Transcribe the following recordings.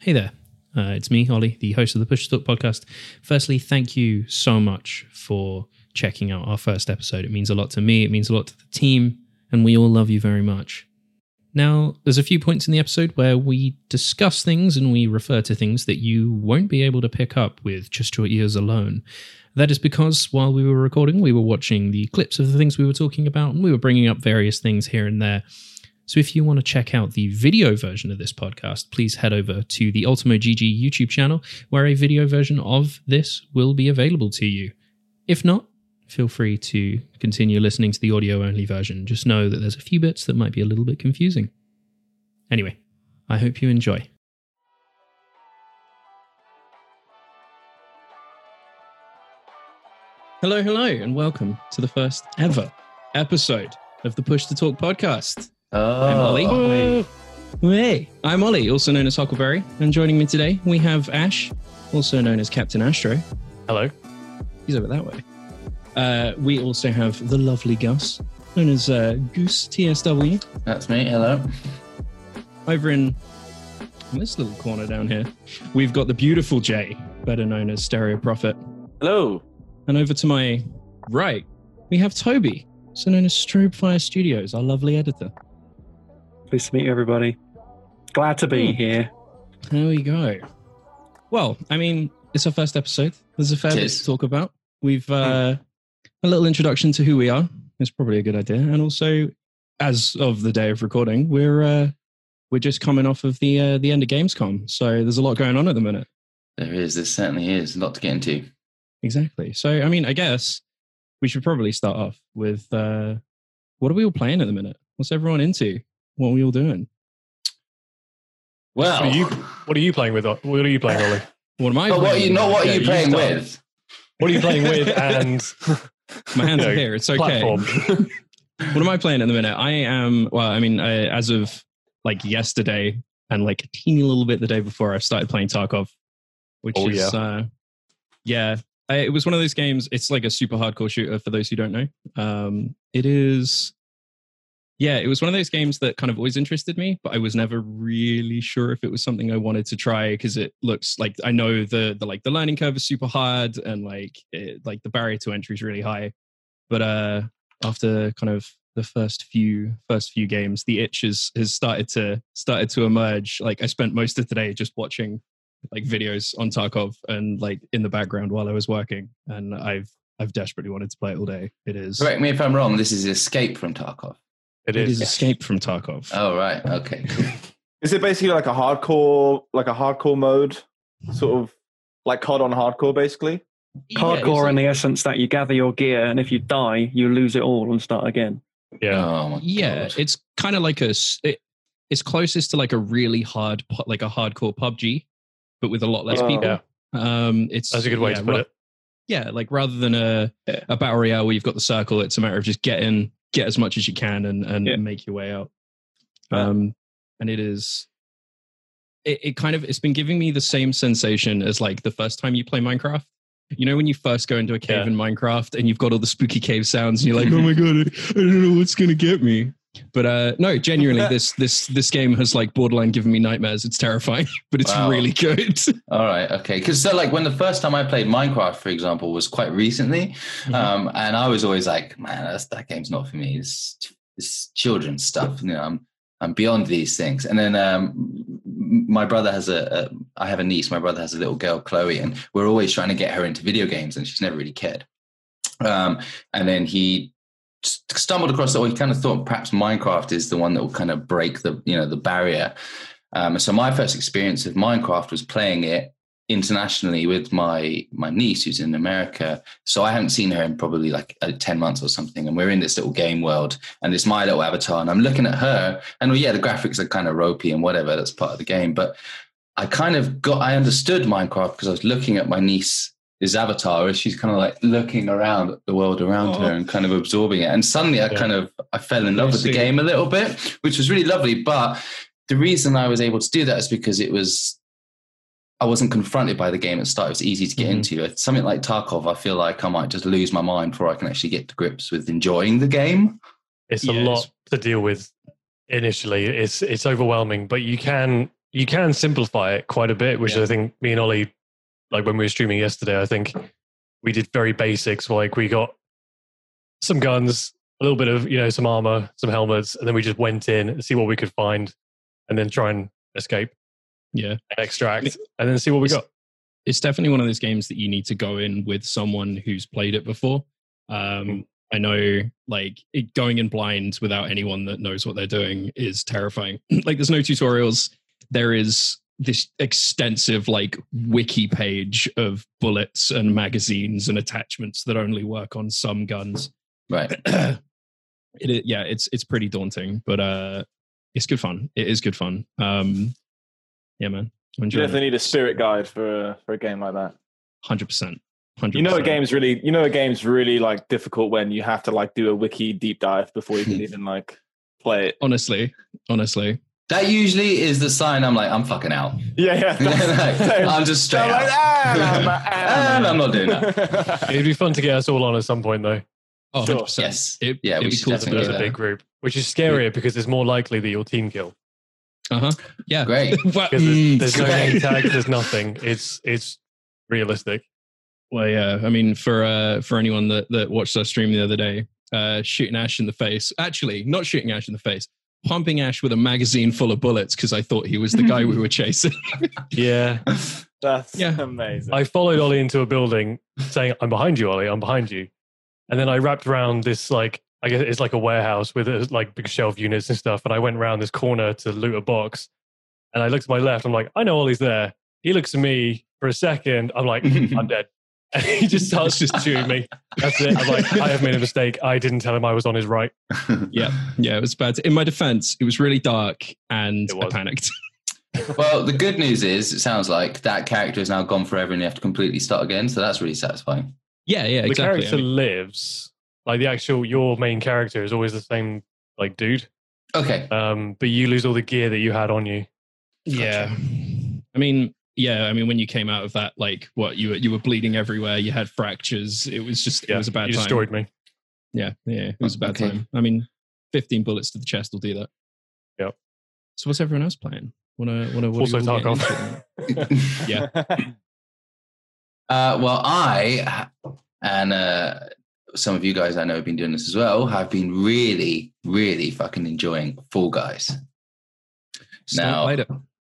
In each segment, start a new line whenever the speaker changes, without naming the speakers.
Hey there. Uh, it's me, Ollie, the host of the Push to Talk podcast. Firstly, thank you so much for checking out our first episode. It means a lot to me, it means a lot to the team, and we all love you very much. Now, there's a few points in the episode where we discuss things and we refer to things that you won't be able to pick up with just your ears alone. That is because while we were recording, we were watching the clips of the things we were talking about and we were bringing up various things here and there. So if you want to check out the video version of this podcast, please head over to the Ultimo GG YouTube channel, where a video version of this will be available to you. If not, feel free to continue listening to the audio only version. Just know that there's a few bits that might be a little bit confusing. Anyway, I hope you enjoy. Hello, hello, and welcome to the first ever episode of the Push to Talk podcast. I'm Ollie.
Oh.
Hey, I'm Ollie, also known as Huckleberry, and joining me today we have Ash, also known as Captain Astro.
Hello.
He's over that way. Uh, we also have the lovely Gus, known as uh, Goose TSW,
That's me. Hello.
over in, in this little corner down here. We've got the beautiful Jay, better known as Stereo Prophet,
Hello.
and over to my right we have Toby, also known as Strobe Fire Studios, our lovely editor.
Pleased to meet you, everybody. Glad to be
Hmm.
here.
There we go. Well, I mean, it's our first episode. There's a fair bit
Cheers. Hmm.
to talk about. We've uh, a little introduction to who we are. It's probably a good idea, and also, as of the day of recording, we're uh, we're just coming off of the uh, the end of Gamescom, so there's a lot going on at the minute.
There is. There certainly is a lot to get into.
Exactly. So, I mean, I guess we should probably start off with uh, what are we all playing at the minute? What's everyone into? What are we all doing?
Well,
Are you- What are you playing with? What are you playing, Ollie?
What am I?
but what are
playing?
you? Not what
Yeah,
are you
you
playing
start.
with?
What are you playing with? And
My hands
you
are
know,
here. It's okay.
Platform.
What am I playing at the minute? I am. Well, I mean, I, as of like yesterday and like a teeny little bit the day before, I started playing Tarkov, which
Oh,
is yeah, uh, yeah. I, it was one of those games. It's like a super hardcore shooter for those who don't know. Um, it is. Yeah, it was one of those games that kind of always interested me, but I was never really sure if it was something I wanted to try because it looks like I know the the like the learning curve is super hard and like it, like the barrier to entry is really high. But uh after kind of the first few first few games the itch has has started to started to emerge like i spent most of today just watching like videos on tarkov and like in the background while i was working and i've i've desperately wanted to play it all day it is
Correct me if I'm wrong. This is Escape from Tarkov.
It
it is
is.
escape from tarkov
Oh right. Okay. cool.
Is it basically like a hardcore, like a hardcore mode, sort of like COD on hardcore, basically?
Hardcore in the essence that you gather your gear, and if you die, you lose it all and start again.
Yeah.
Oh my
yeah
God.
it's kind of like a s- it, it's closest to like a really hard pu- like a hardcore pubg but with a lot less
Oh.
people
Yeah.
um it's
That's a good way
yeah,
to put
ru-
it.
yeah, like rather than a
Yeah.
a battle royale where you've got the circle, it's a matter of just get in, get as much as you can, and and
Yeah.
make your way out. Um, and it is, it, it kind of it's been giving me the same sensation as like the first time you play Minecraft. You know when you first go into a cave
Yeah.
in Minecraft and you've got all the spooky cave sounds, and you're like, oh my god, I, I don't know what's gonna get me. But uh, no, genuinely, this this this game has like borderline given me nightmares. It's terrifying, but it's
Wow.
really good.
All right. Okay. Because so like when the first time I played Minecraft, for example, was quite recently, um, and I was always like, man, that's, that game's not for me. It's, it's children's stuff. You know, I'm I'm beyond these things. And then um, m- my brother has a, a I have a niece. My brother has a little girl, Chloe, and we're always trying to get her into video games, and she's never really cared. Um, and then he st- stumbled across it, or he kind of thought perhaps Minecraft is the one that will kind of break the you know the barrier. Um, so my first experience of Minecraft was playing it internationally with my my niece who's in America. So I haven't seen her in probably like uh, ten months or something, and we're in this little game world, and it's my little avatar, and I'm looking at her, and well, yeah, the graphics are kind of ropey and whatever. That's part of the game, but I kind of got I understood Minecraft because I was looking at my niece. His avatar, as she's kind of like looking around at the world around her and kind of absorbing it. And suddenly, I
Yeah.
kind of I fell in love with the
see.
game a little bit, which was really lovely. But the reason I was able to do that is because it was I wasn't confronted by the game at the start. It was easy to get
Mhm.
into. Something like Tarkov, I feel like I might just lose my mind before I can actually get to grips with enjoying the game.
It's
Yeah,
a
it's-
lot to deal with initially. It's it's overwhelming, but you can you can simplify it quite a bit, which
Yeah.
I think me and Ollie, like when we were streaming yesterday, I think we did very basics. Like we got some guns, a little bit of you know some armor, some helmets, and then we just went in and see what we could find, and then try and escape
Yeah.
and extract, and then see what we got.
It's definitely one of those games that you need to go in with someone who's played it before.
Mm.
Um, I know, like, it, going in blind without anyone that knows what they're doing is terrifying. like, there's no tutorials. There is this extensive, like, wiki page of bullets and magazines and attachments that only work on some guns.
Right.
it, i- yeah, it's it's pretty daunting, but uh, it's good fun. It is good fun. Um, yeah, man, I'm
You
enjoying
definitely need a spirit guide for a, for a game like that.
hundred percent.
You know, a game's really you know a game's really like difficult when you have to like do a wiki deep dive before you can even like play it.
Honestly, honestly,
That usually is the sign I'm like, I'm fucking out.
Yeah, yeah. that's- same.
I'm just straight
I'm like,
out.
"Ah, I'm-
And I'm not doing that.
that.
It'd be fun to get us all on at some point though,
oh,
Sure.
100%.
Yes.
It,
Yeah,
it'd
we
be
should
cool to
definitely
do
as
do
a
Yeah.
big group, which is scarier because it's more likely that you'll team kill.
Uh huh. Yeah.
Great.
well,
because
Mm,
there's, there's no
great.
name tags, there's nothing. It's it's realistic.
well, yeah. I mean, for uh, for anyone that that watched our stream the other day, uh, shooting Ash in the face. Actually, not shooting Ash in the face. Pumping Ash with a magazine full of bullets because I thought he was the guy we were chasing.
Yeah,
That's
Yeah.
amazing.
I followed Ollie into a building, saying, "I'm behind you, Ollie. I'm behind you," and then I wrapped around this like I guess it's like a warehouse with uh, like big shelf units and stuff. And I went around this corner to loot a box, and I looked to my left. I'm like, I know Ollie's there. He looks at me for a second. I'm like, I'm dead. And he just starts just shooting me. That's it. I'm like, I have made a mistake. I didn't tell him I was on his right.
yeah, yeah, it was bad. In my defense, it was really dark and
It
I
was.
panicked.
Well, the good news is, it sounds like that character is now gone forever and you have to completely start again. So that's really satisfying.
Yeah, yeah,
the
exactly. I
character
mean,
lives. Like the actual your main character is always the same like dude.
Okay.
Um, but you lose all the gear that you had on you.
yeah. I mean, yeah, I mean, when you came out of that, like, what you were you were bleeding everywhere. You had fractures. It was just it was a bad
You
time.
destroyed me.
Yeah, yeah, it was a bad
Okay.
time. I mean, 15 bullets to the chest will do that.
Yep.
So what's everyone else playing? Wanna, wanna, what
Also
are you all getting
Tarkov.
into? Yeah.
Uh, well, I and uh, some of you guys I know have been doing this as well. Have been really, really fucking enjoying Fall Guys.
Still
Now-
played it.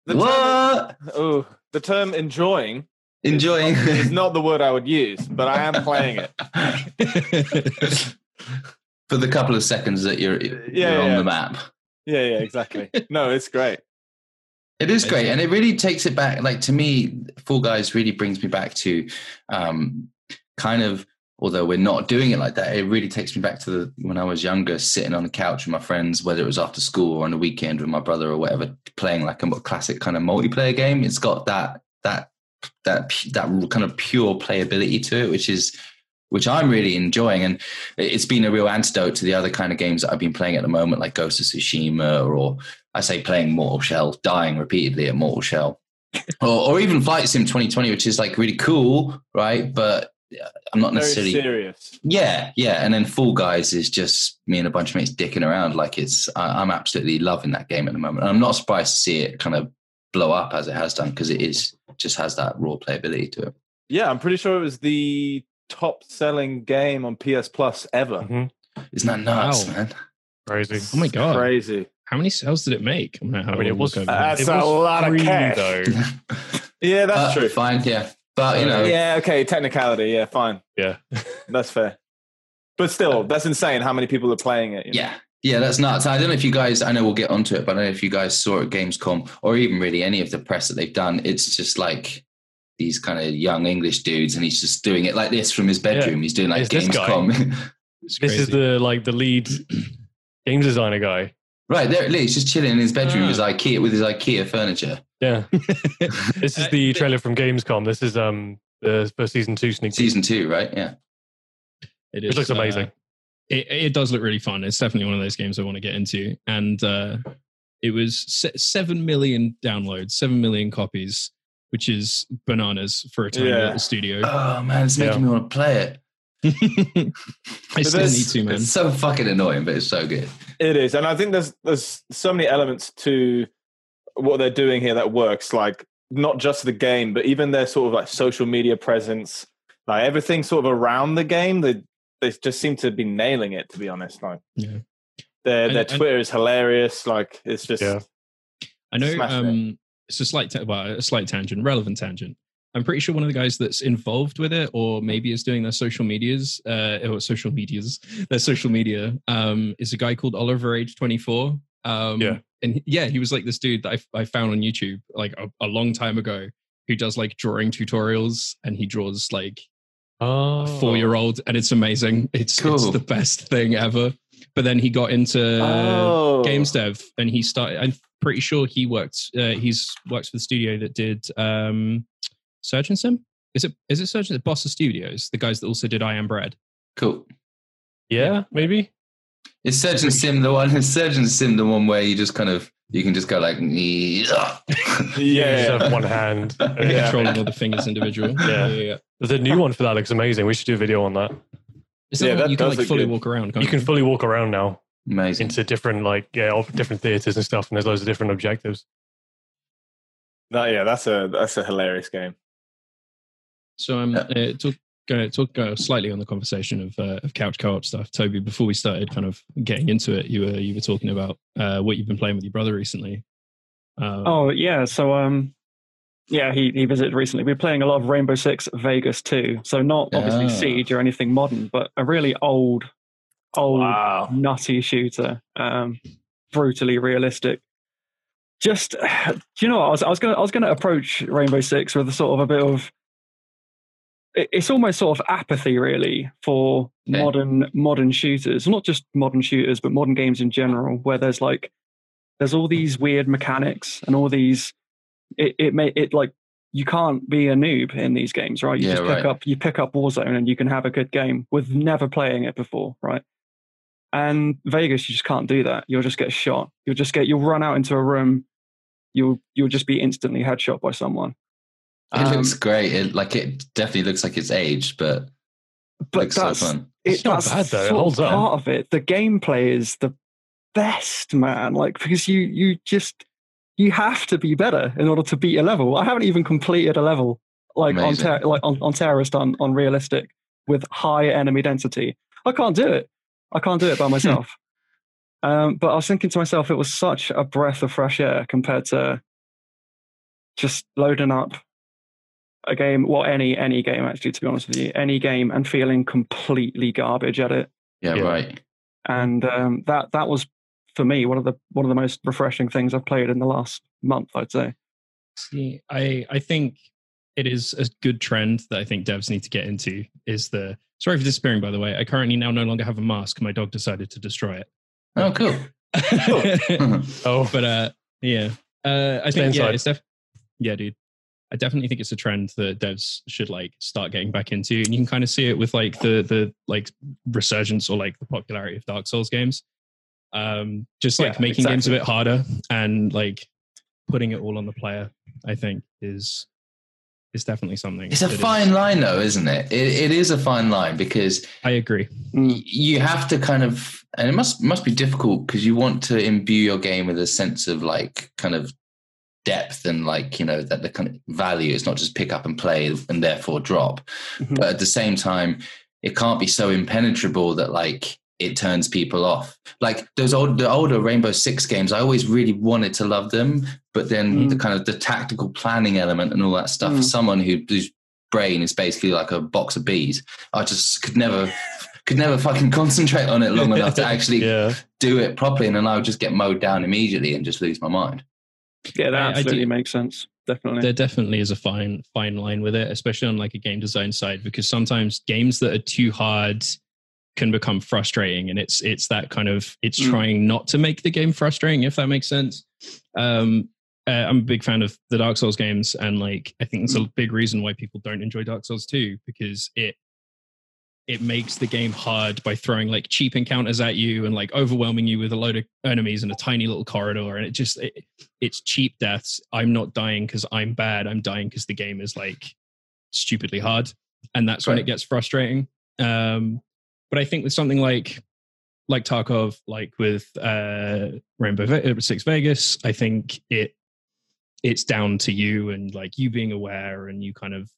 The term-
what?
oh, the term enjoying
Enjoying?
is not the word I would use, but I am playing it.
For the couple of seconds that you're, you're
Yeah,
on
yeah.
the map.
Yeah, yeah, exactly. No, it's great.
It is great, and it really takes it back. Like to me, Fall Guys really brings me back to um, kind of. Although we're not doing it like that, it really takes me back to the, when I was younger, sitting on the couch with my friends, whether it was after school or on the weekend with my brother or whatever, playing like a mo- classic kind of multiplayer game. It's got that that that pu- that kind of pure playability to it, which is which I'm really enjoying, and it- it's been a real antidote to the other kind of games that I've been playing at the moment, like Ghost of Tsushima or I say playing Mortal Shell, dying repeatedly at Mortal Shell, or, or even Flight Sim 2020, which is like really cool, right? But uh, I'm not
Very
necessarily.
serious.
Yeah, yeah. And then Fall Guys is just me and a bunch of mates dicking around. Like it's, I, I'm absolutely loving that game at the moment. And I'm not surprised to see it kind of blow up as it has done because it is just has that raw playability to it.
Yeah, I'm pretty sure it was the top selling game on PS Plus ever.
Mhm.
Isn't that nuts,
Wow.
man?
Crazy.
Oh my God.
Crazy.
How many sales did it make? I'm gonna have
I mean,
a
it
look
was-
over
Uh,
that.
That's
It
a
was
lot of
free,
cash.
though.
Yeah, that's
Uh,
true.
Fine, yeah. But you know,
Yeah, okay, technicality. Yeah, fine.
Yeah.
That's fair. But still, that's insane how many people are playing it. you know?
Yeah. Yeah, that's nuts. I don't know if you guys, I know we'll get onto it, but I don't know if you guys saw at Gamescom or even really any of the press that they've done. It's just like these kind of young English dudes, and he's just doing it like this from his bedroom. He's doing like
It's this guy.
Gamescom.
It's
This is
crazy.
the like the lead game designer guy.
right there, at least, just chilling in his bedroom
Ah.
with his IKEA with his IKEA furniture.
Yeah. this is
Uh,
the trailer from Gamescom. This is um the first season two sneak peek.
Season two, right? Yeah.
It,
It
is,
looks
uh,
amazing.
it, it does look really fun. It's definitely one of those games I want to get into. And uh, it was se- 7 million downloads, 7 million copies, which is bananas for a tiny
Yeah.
little studio.
Oh man, it's making
Yeah.
me want to play it.
I
But
still
there's-
need to, man.
It's so fucking annoying, but it's so good.
It is, and I think there's there's so many elements to what they're doing here that works, like not just the game, but even their sort of like social media presence, like everything sort of around the game, they they just seem to be nailing it. To be honest, like
Yeah.
their
And-
their
and-
Twitter is hilarious. Like it's just
Yeah.
I know
Smash
um, it's a slight, ta- well, a slight tangent, relevant tangent. I'm pretty sure one of the guys that's involved with it, or maybe is doing their social medias, uh, or social medias, their social media, um, is a guy called Oliver Age 24. Um,
Yeah.
and he- yeah, he was like this dude that I, I found on YouTube like a, a long time ago, who does like drawing tutorials, and he draws like
Oh,
a four-year-old, and it's amazing. It's it's
Cool.
the best thing ever. But then he got into
oh
Uh, games dev and he started i'm pretty sure he worked uh, he's works for the studio that did um surgeon sim is it is it surgeon boss of studios the guys that also did i am bread
Cool.
Yeah, maybe.
Is Surgeon Sim the one? Is Surgeon Sim the one where you just kind of you can just go like, yeah,
You just
Yeah.
have one hand.
Yeah.
controlling all the fingers individual
Yeah.
yeah.
There's a new one for that. Looks amazing. We should do a video on that.
Is that
Yeah,
one
that
you can
does
like
look
fully
good.
walk around can't
You can fully walk around now
amazing.
into different like yeah, all different theaters and stuff. And there's loads of different objectives.
No, yeah, that's a that's a hilarious game.
So I'm
Yeah.
uh, talk go talk uh, slightly on the conversation of uh, of couch co-op stuff. Toby, before we started kind of getting into it, you were you were talking about uh, what you've been playing with your brother recently. Um,
Oh yeah, so um, yeah, he he visited recently. We are playing a lot of Rainbow Six Vegas too. So not obviously
Ah.
Siege or anything modern, but a really old, old
Wow.
nutty shooter, um, brutally realistic. Just, do you know, what? I was I was gonna I was gonna approach Rainbow Six with a sort of a bit of. it- It's almost sort of apathy, really, for
Yeah.
modern modern shooters. Not just modern shooters, but modern games in general, where there's like there's all these weird mechanics and all these. It it may it like you can't be a noob in these games, right? You
Yeah,
just pick
right.
up you pick up Warzone and you can have a good game with never playing it before, right? And Vegas, you just can't do that. You'll just get shot. You'll just get you'll run out into a room. You'll you'll just be instantly headshot by someone.
It
Um,
looks great. It like it definitely looks like it's aged, but, it
But
looks so
that's
fun.
It's not bad, though. It
sort of
holds up.
Part of it, the gameplay is the best, man. Like because you you just you have to be better in order to beat a level. I haven't even completed a level like on
Amazing.
ter- like on, on terrorist on on realistic with high enemy density. I can't do it. I can't do it by myself. um, but I was thinking to myself, it was such a breath of fresh air compared to just loading up a game, well, any any game actually, to be honest with you, any game, and feeling completely garbage at it.
Yeah,
Yeah.
right.
And um, that that was for me one of the one of the most refreshing things I've played in the last month, I'd say.
See, I I think it is a good trend that I think devs need to get into. Is the sorry for disappearing by the way. I currently now no longer have a mask. My dog decided to destroy
Oh, cool.
it.
Oh,
but uh, yeah, uh, I
Stay
think yeah,
inside.
it's def- yeah, dude. I definitely think it's a trend that devs should like start getting back into, and you can kind of see it with like the the like resurgence or like the popularity of Dark Souls games. Um, just like
Yeah,
making games a
exactly.
bit harder and like putting it all on the player, I think is is definitely something.
It's a
that is-
fine line, though, isn't it? it? It is a fine line because
I agree.
y- you have to kind of, and it must must be difficult because you want to imbue your game with a sense of like kind of depth and like you know that the kind of value is not just pick up and play and therefore drop,
Mhm.
but at the same time, it can't be so impenetrable that like it turns people off. Like those old the older Rainbow Six games, I always really wanted to love them, but then
Mm.
the kind of the tactical planning element and all that stuff.
Mm.
Someone who whose brain is basically like a box of bees, I just could never could never fucking concentrate on it long enough to actually
yeah.
do it properly, and then I would just get mowed down immediately and just lose my mind.
Yeah, that
I- I do-
absolutely makes sense. Definitely.
there definitely is a fine fine line with it especially on like a game design side because sometimes games that are too hard can become frustrating and it's it's that kind of it's
Mm.
trying not to make the game frustrating if that makes sense um uh, i'm a big fan of the dark souls games and like i think that's a big reason why people don't enjoy dark souls 2 because it it makes the game hard by throwing like cheap encounters at you and like overwhelming you with a load of enemies in a tiny little corridor and it just it, it's cheap deaths i'm not dying because i'm bad i'm dying because the game is like stupidly hard and that's when
Right.
it gets frustrating um but i think with something like like tarkov like with uh rainbow Ve- uh, six vegas i think it it's down to you and like you being aware and you kind of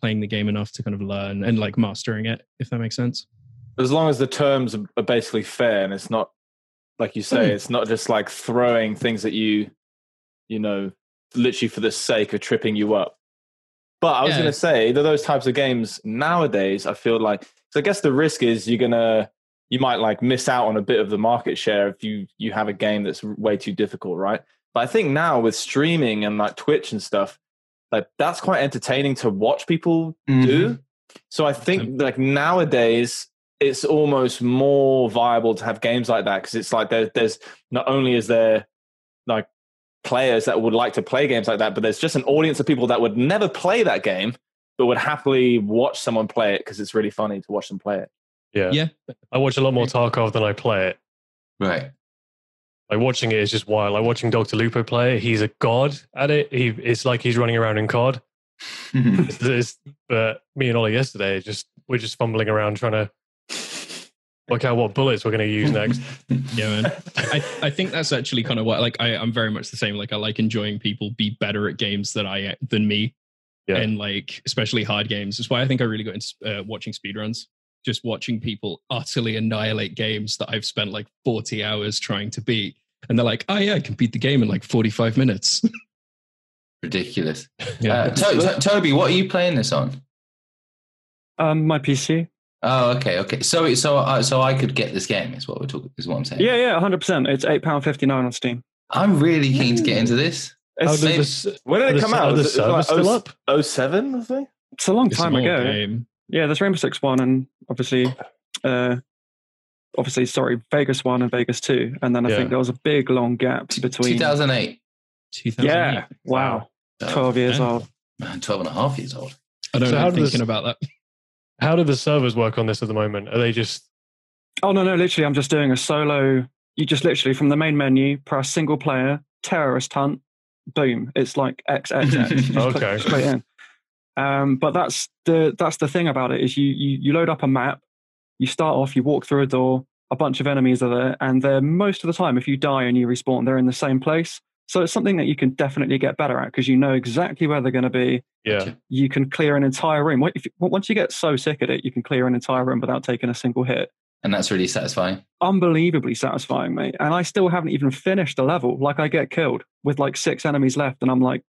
playing the game enough to kind of learn and like mastering it, if that makes sense.
As long as the terms are basically fair and it's not, like you say, it's not just like throwing things at you, you know, literally for the sake of tripping you up. But I was
Yeah.
going to say that those types of games nowadays, I feel like, so I guess the risk is you're going to, you might like miss out on a bit of the market share if you you have a game that's way too difficult, right? But I think now with streaming and like Twitch and stuff, like that's quite entertaining to watch people do.
Mm-hmm.
So I think like nowadays it's almost more viable to have games like that because it's like there, there's not only is there like players that would like to play games like that, but there's just an audience of people that would never play that game but would happily watch someone play it because it's really funny to watch them play it.
Yeah.
Yeah.
I watch a lot more Tarkov than I play it.
Right.
Like watching it is just wild. Like watching Doctor Lupo play it, he's a god at it. He it's like he's running around in COD. It's, it's, but me and Ollie yesterday just we're just fumbling around trying to work out what bullets we're going to use next.
Yeah, man. I, I think that's actually kind of what like I, I'm very much the same. Like I like enjoying people be better at games than I than me,
Yeah.
and like especially hard games. That's why I think I really got into uh, watching speedruns. Just watching people utterly annihilate games that I've spent like 40 hours trying to beat, and they're like, "Oh yeah, I can beat the game in like 45 minutes."
Ridiculous.
Yeah.
Uh, to- to- Toby, what are you playing this on?
Um, my PC.
Oh, okay, okay. So, so, uh, so I could get this game. Is what we're talking. Is what I'm saying.
Yeah, yeah, hundred percent. It's eight pound fifty nine on Steam.
I'm really keen to get into this.
It's,
How Oh, does
Maybe-
this, are
When did
the,
it come
are
out?
the
Is it- is it like
servers still
oh-
up?
07, I think?
it's a long
It's an
time
old
ago.
game.
Yeah, there's Rainbow Six One, and obviously, uh, obviously, sorry, Vegas One and Vegas Two, and then I
Yeah.
think there was a big long gap
T-
between.
2008.
2008.
Yeah, wow,
Oh,
twelve years
Yeah.
old.
man, 12 and a half years old.
I don't
So
know.
how
I'm
does-
thinking about that.
How do the servers work on this at the moment? Are they just
Oh no, no, literally, I'm just doing a solo. You just literally from the main menu press single player terrorist hunt, boom. It's like X X X. Just click
Okay.
straight in. Um, but that's the that's the thing about it is you, you you load up a map, you start off, you walk through a door, a bunch of enemies are there, and they're most of the time if you die and you respawn, they're in the same place. So it's something that you can definitely get better at because you know exactly where they're going to be.
yeah?
You can clear an entire room. What- If, you- once you get so sick at it, you can clear an entire room without taking a single hit
And that's really satisfying.
unbelievably satisfying, mate. And I still haven't even finished the level. Like I get killed with like six enemies left, and I'm like,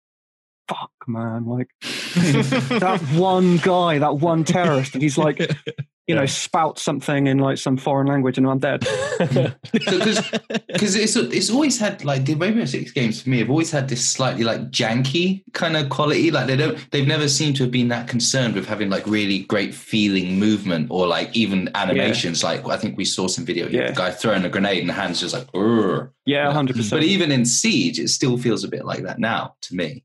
fuck, man. Like that one guy, that one terrorist, and he's like, you know,
Yeah.
spout something in like some foreign language, and I'm dead.
Because it's it's always had like the Rainbow Six games for me have always had this slightly like janky kind of quality. Like they don't they've never seemed to have been that concerned with having like really great feeling movement or like even animations. Like I think we saw some video
Yeah.
the guy throwing a grenade and the hands just like. "Urgh."
Yeah,
Yeah.
hundred
But
percent.
even in Siege, it still feels a bit like that now to me.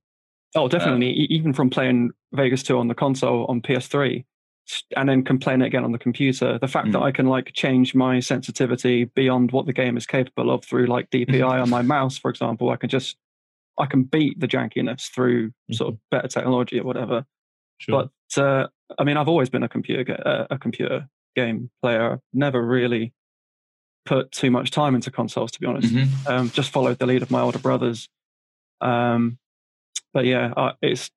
Oh, definitely. E- even from playing Vegas Two on the console on PS3. s- And then can play it again on the computer. The fact that
Mm.
I can like change my sensitivity beyond what the game is capable of through like DPI on my mouse, for example, I can just I can beat the jankiness through sort of better technology or whatever.
Sure.
But uh, I mean, I've always been a computer ga- uh, a computer game player. I've never really put too much time into consoles, to be honest.
Mhm.
Um, just followed the lead of my older brothers. Um, but yeah, I, it's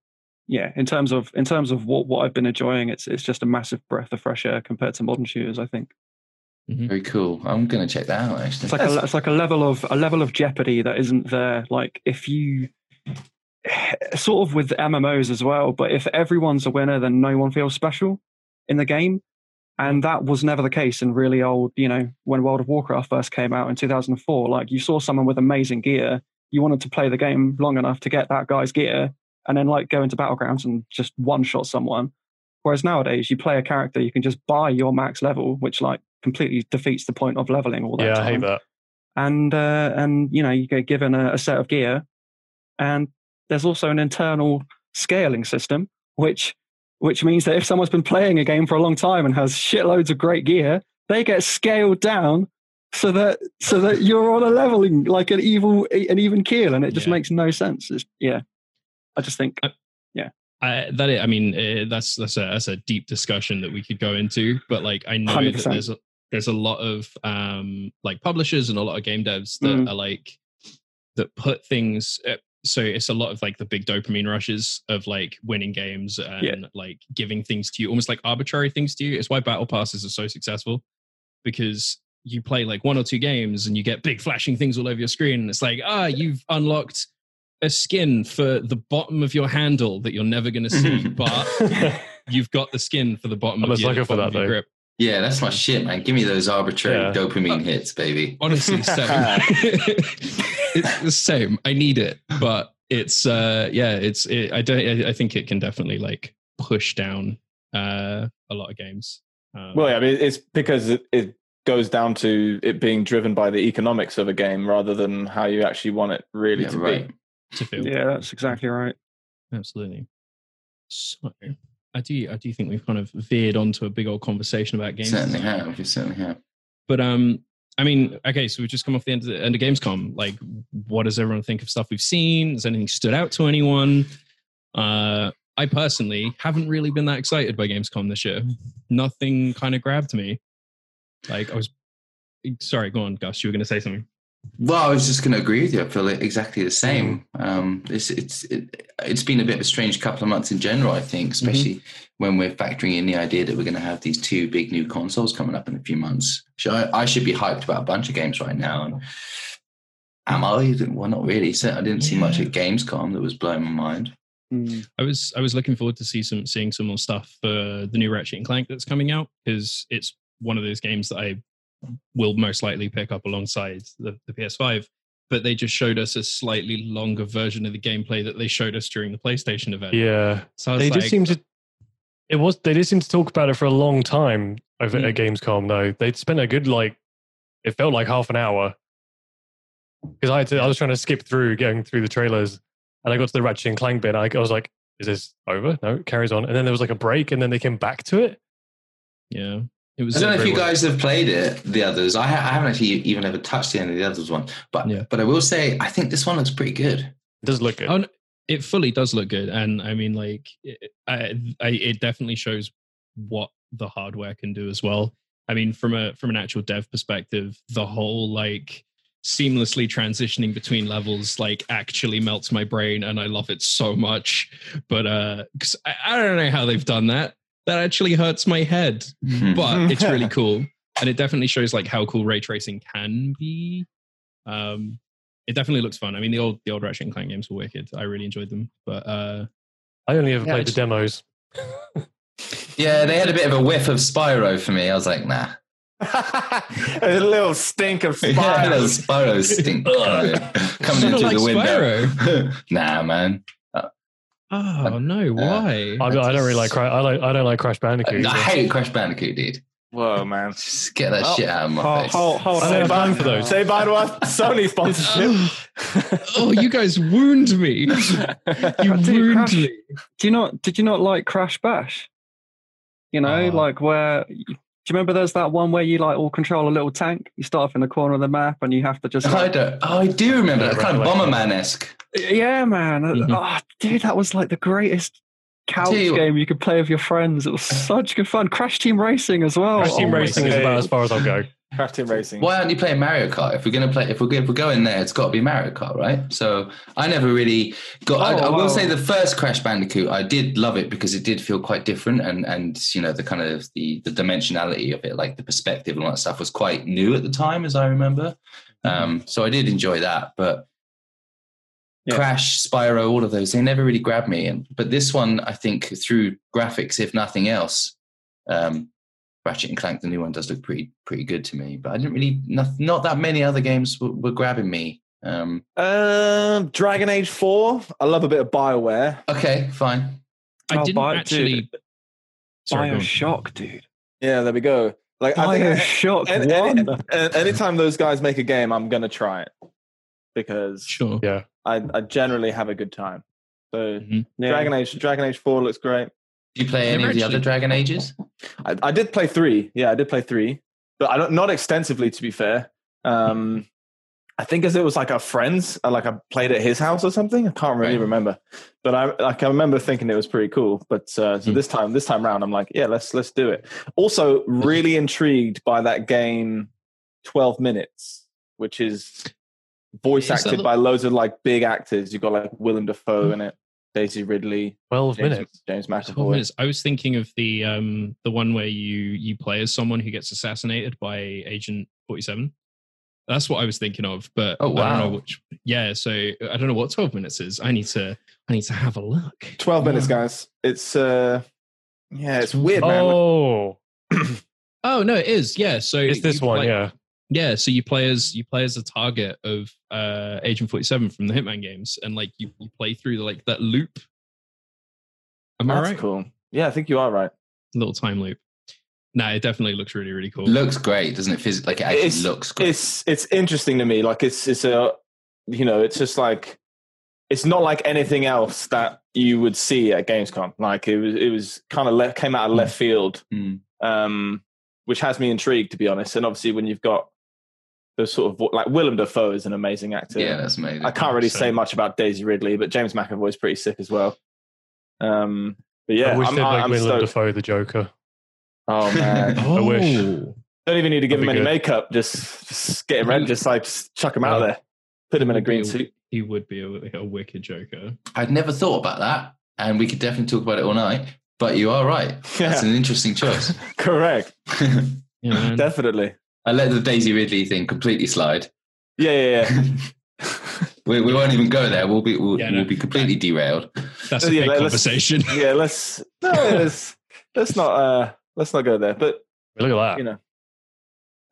yeah. In terms of in terms of what, what I've been enjoying, it's it's just a massive breath of fresh air compared to modern shooters. I think
Very cool. I'm gonna check that out actually.
it's like a, it's like a level of a level of jeopardy that isn't there. Like if you sort of with MMOs as well, but if everyone's a winner, then no one feels special in the game. And that was never the case in really old, you know, when World of Warcraft first came out in 2004. Like you saw someone with amazing gear, you wanted to play the game long enough to get that guy's gear and then like go into battlegrounds and just one shot someone. Whereas nowadays, you play a character, you can just buy your max level, which like completely defeats the point of leveling all that
yeah,
time
I hate that.
and uh, and you know you get given a, a set of gear, and there's also an internal scaling system, which which means that if someone's been playing a game for a long time and has shitloads of great gear, they get scaled down so that so that you're on a leveling like an evil e, an even keel, and it just
Yeah.
makes no sense. It's, yeah, I just think
I, that I mean uh, that's that's a that's a deep discussion that we could go into, but like I know that
100%.
there's a, there's a lot of um like publishers and a lot of game devs that
Mm.
are like that put things uh, so it's a lot of like the big dopamine rushes of like winning games and
Yeah.
like giving things to you, almost like arbitrary things to you. It's why battle passes are so successful because you play like one or two games and you get big flashing things all over your screen. And it's like, ah, you've unlocked a skin for the bottom of your handle that you're never going to see, but
Uh,
you've got the skin for the bottom
I'm
of
a
your,
sucker for
bottom
that,
of your
though.
grip.
Yeah, that's my shit, man. Give me those arbitrary
Yeah.
dopamine hits, baby.
honestly seven it's the same i need it but it's uh yeah it's it, i don't I, I think it can definitely like push down uh a lot of games um,
Well, yeah, I mean, it's because it, it goes down to it being driven by the economics of a game rather than how you actually want it really
Yeah,
to
right.
be.
to feel
Yeah, that's exactly right.
absolutely so i do i do think we've kind of veered onto a big old conversation about
You
games
certainly have. You certainly have.
but um i mean okay so we've just come off the end of the end of gamescom like what does everyone think of stuff we've seen has anything stood out to anyone uh i personally haven't really been that excited by gamescom this year nothing kind of grabbed me like i was sorry go on gus you were going to say something
Well, I was just going to agree with you. I feel it exactly the same. Um, it's it's it, it's been a bit of a strange couple of months in general. I think, especially when we're factoring in the idea that we're going to have these two big new consoles coming up in a few months. So I, I should be hyped about a bunch of games right now. And am I? Well, not really. So I didn't see much at Gamescom that was blowing my mind.
Hmm.
I was I was looking forward to see some seeing some more stuff for the new Ratchet and Clank that's coming out because it's one of those games that I will most likely pick up alongside the, the PS5. But they just showed us a slightly longer version of the gameplay that they showed us during the PlayStation event.
yeah.
So uh, I was
They
like,
did seem to. It was. They did seem to talk about it for a long time over
Hmm.
at Gamescom. Though they'd spent a good like, it felt like half an hour. Because I had to, I was trying to skip through going through the trailers, and I got to the Ratchet and Clank bit. And I, I was like, "Is this over? No, it carries on." And then there was like a break, and then they came back to it.
yeah, it was.
I don't know if
very
you
well.
guys have played it, the others. I, ha- I haven't actually even ever touched the end of the others one, but
Yeah.
but I will say I think this one looks pretty good.
It does look good.
Oh, no, it fully does look good, and I mean, like, it, I, I, it definitely shows what the hardware can do as well. I mean, from a from an actual dev perspective, the whole like seamlessly transitioning between levels like actually melts my brain, and I love it so much. But uh, 'cause I, I don't know how they've done that. That actually hurts my head,
Hmm.
but it's really cool, and it definitely shows like how cool ray tracing can be. Um, it definitely looks fun. I mean, the old the old Ratchet and Clank games were wicked. I really enjoyed them, but uh,
I only ever
Yeah,
played the
it's-
demos.
Yeah, they had a bit of a whiff of Spyro for me. I was like, nah.
a little stink of
Yeah, little
spiders.
Spyro stink coming in- coming in
Sounded
through
like
the window.
Spyro.
nah, man.
Ah,
Oh
uh,
no, why?
I, I don't really like. Cra- I like. I don't like Crash
I,
Bandicoot.
I hate Crash Bandicoot, dude.
Whoa, man.
Just get that
Oh,
shit out of my
Hold,
face.
hold, hold
I don't
Say
on.
have
bye,
time for those.
say bye to our Sony sponsorship.
Ugh. oh, you guys wound me. You wound
Dude, Crash-
me.
Do you not? Did you not like Crash Bash? You know,
Uh.
like where. Do you remember there's that one where you like all control a little tank? You start off in the corner of the map and you have to just.
I
Like,
don't. Oh, I do remember
Yeah,
that kind of
right, like-
Bomberman esque.
yeah, man.
Mhm.
Ah, dude, that was like the greatest couch
Tell you what-
game you could play with your friends. It was such good fun. Crash Team Racing as well.
Crash Team
Oh my
Racing is
God.
about as far as I'll go.
Craft Team Racing.
Why aren't you playing Mario Kart? If we're gonna play, if we're if we're going there, it's got to be Mario Kart, right? So I never really got. I,
Oh,
I will
wow.
say the first Crash Bandicoot, I did love it because it did feel quite different, and and you know the kind of the the dimensionality of it, like the perspective and all that stuff, was quite new at the time, as I remember.
Mm-hmm.
Um, so I did enjoy that, but
Yeah.
Crash, Spyro, all of those, they never really grabbed me. And but this one, I think through graphics, if nothing else, um, Ratchet and Clank, the new one, does look pretty pretty good to me. But I didn't really not, not that many other games were, were grabbing me. Um,
Um, Dragon Age 4. I love a bit of Bioware.
okay, fine.
I
Oh,
didn't
Bi-
actually.
dude,
Sorry, go on.
Bioshock, dude.
Yeah, there we go. Like I think uh,
Bioshock
and-
One.
and- and anytime those guys make a game, I'm gonna try it because
Sure.
Yeah.
I, I generally have a good time. So
Yeah.
Dragon Age, Dragon Age Four looks great.
Did you play any
Never
of the
actually-
other Dragon Ages?
I, I did play three. Yeah, I did play three, but I don't not extensively to be fair. Um, I think as it was like a friend's, uh, like I played at his house or something. I can't really
Right.
remember, but I like I remember thinking it was pretty cool. But uh, so
Hmm.
this time, this time round, I'm like, yeah, let's let's do it. Also, really intrigued by that game, Twelve Minutes, which is voice
Is that
acted
the-
by loads of like big actors. You've got like Willem Dafoe in it, Daisy Ridley,
12
James,
minutes.
James
Twelve
McAvoy.
minutes. I was thinking of the um the one where you you play as someone who gets assassinated by Agent Forty Seven. That's what I was thinking of, but
Oh,
I don't
wow.
know which. Yeah, so I don't know what twelve minutes is. I need to I need to have a look.
Twelve minutes,
Yeah.
guys. It's uh, yeah, it's weird, man.
Oh,
Oh no, it is. Yeah, so
it's this
you
one,
play-
yeah.
yeah so you play as you play as a target of uh agent 47 from the hitman games and like you, you play through like that loop am i
That's
right
cool. Yeah, I think you are right.
little time loop no it definitely looks really really cool
looks great, doesn't it? Physically, like it actually
It's-
looks great.
It's it's interesting to me. Like it's it's a you know it's just like it's not like anything else that you would see at Gamescom. Like it was it was kind of left came out of left field,
Mm.
um, which has me intrigued to be honest. And obviously when you've got those sort of vo- like Willem Dafoe is an amazing actor.
yeah, that's amazing.
I can't really
So-
say much about Daisy Ridley, but James McAvoy is pretty sick as well. Um, but yeah,
I wish
I'm,
they'd
I'm-
make
I'm
Willem
stoked.
Dafoe the Joker.
Oh man,
oh,
wish.
don't even need to give
That'd
him
be
any
good.
makeup. Just, just get him ready. Just like just chuck him out
Well,
there. Put him in a
would
green
be a-
suit.
he would be a, a wicked joker
I'd never thought about that, and we could definitely talk about it all night. But you are right; that's
Yeah,
an interesting choice.
correct.
I
yeah man.
Definitely.
let the Daisy Ridley thing completely slide.
Yeah, yeah, yeah.
we, we won't even go there. We'll be we'll,
Yeah, no.
we'll be completely derailed.
that's a
Yeah,
big
let's-
conversation
yeah, let's no, let's let's not uh let's not go there. But
Look at
you
that.
know,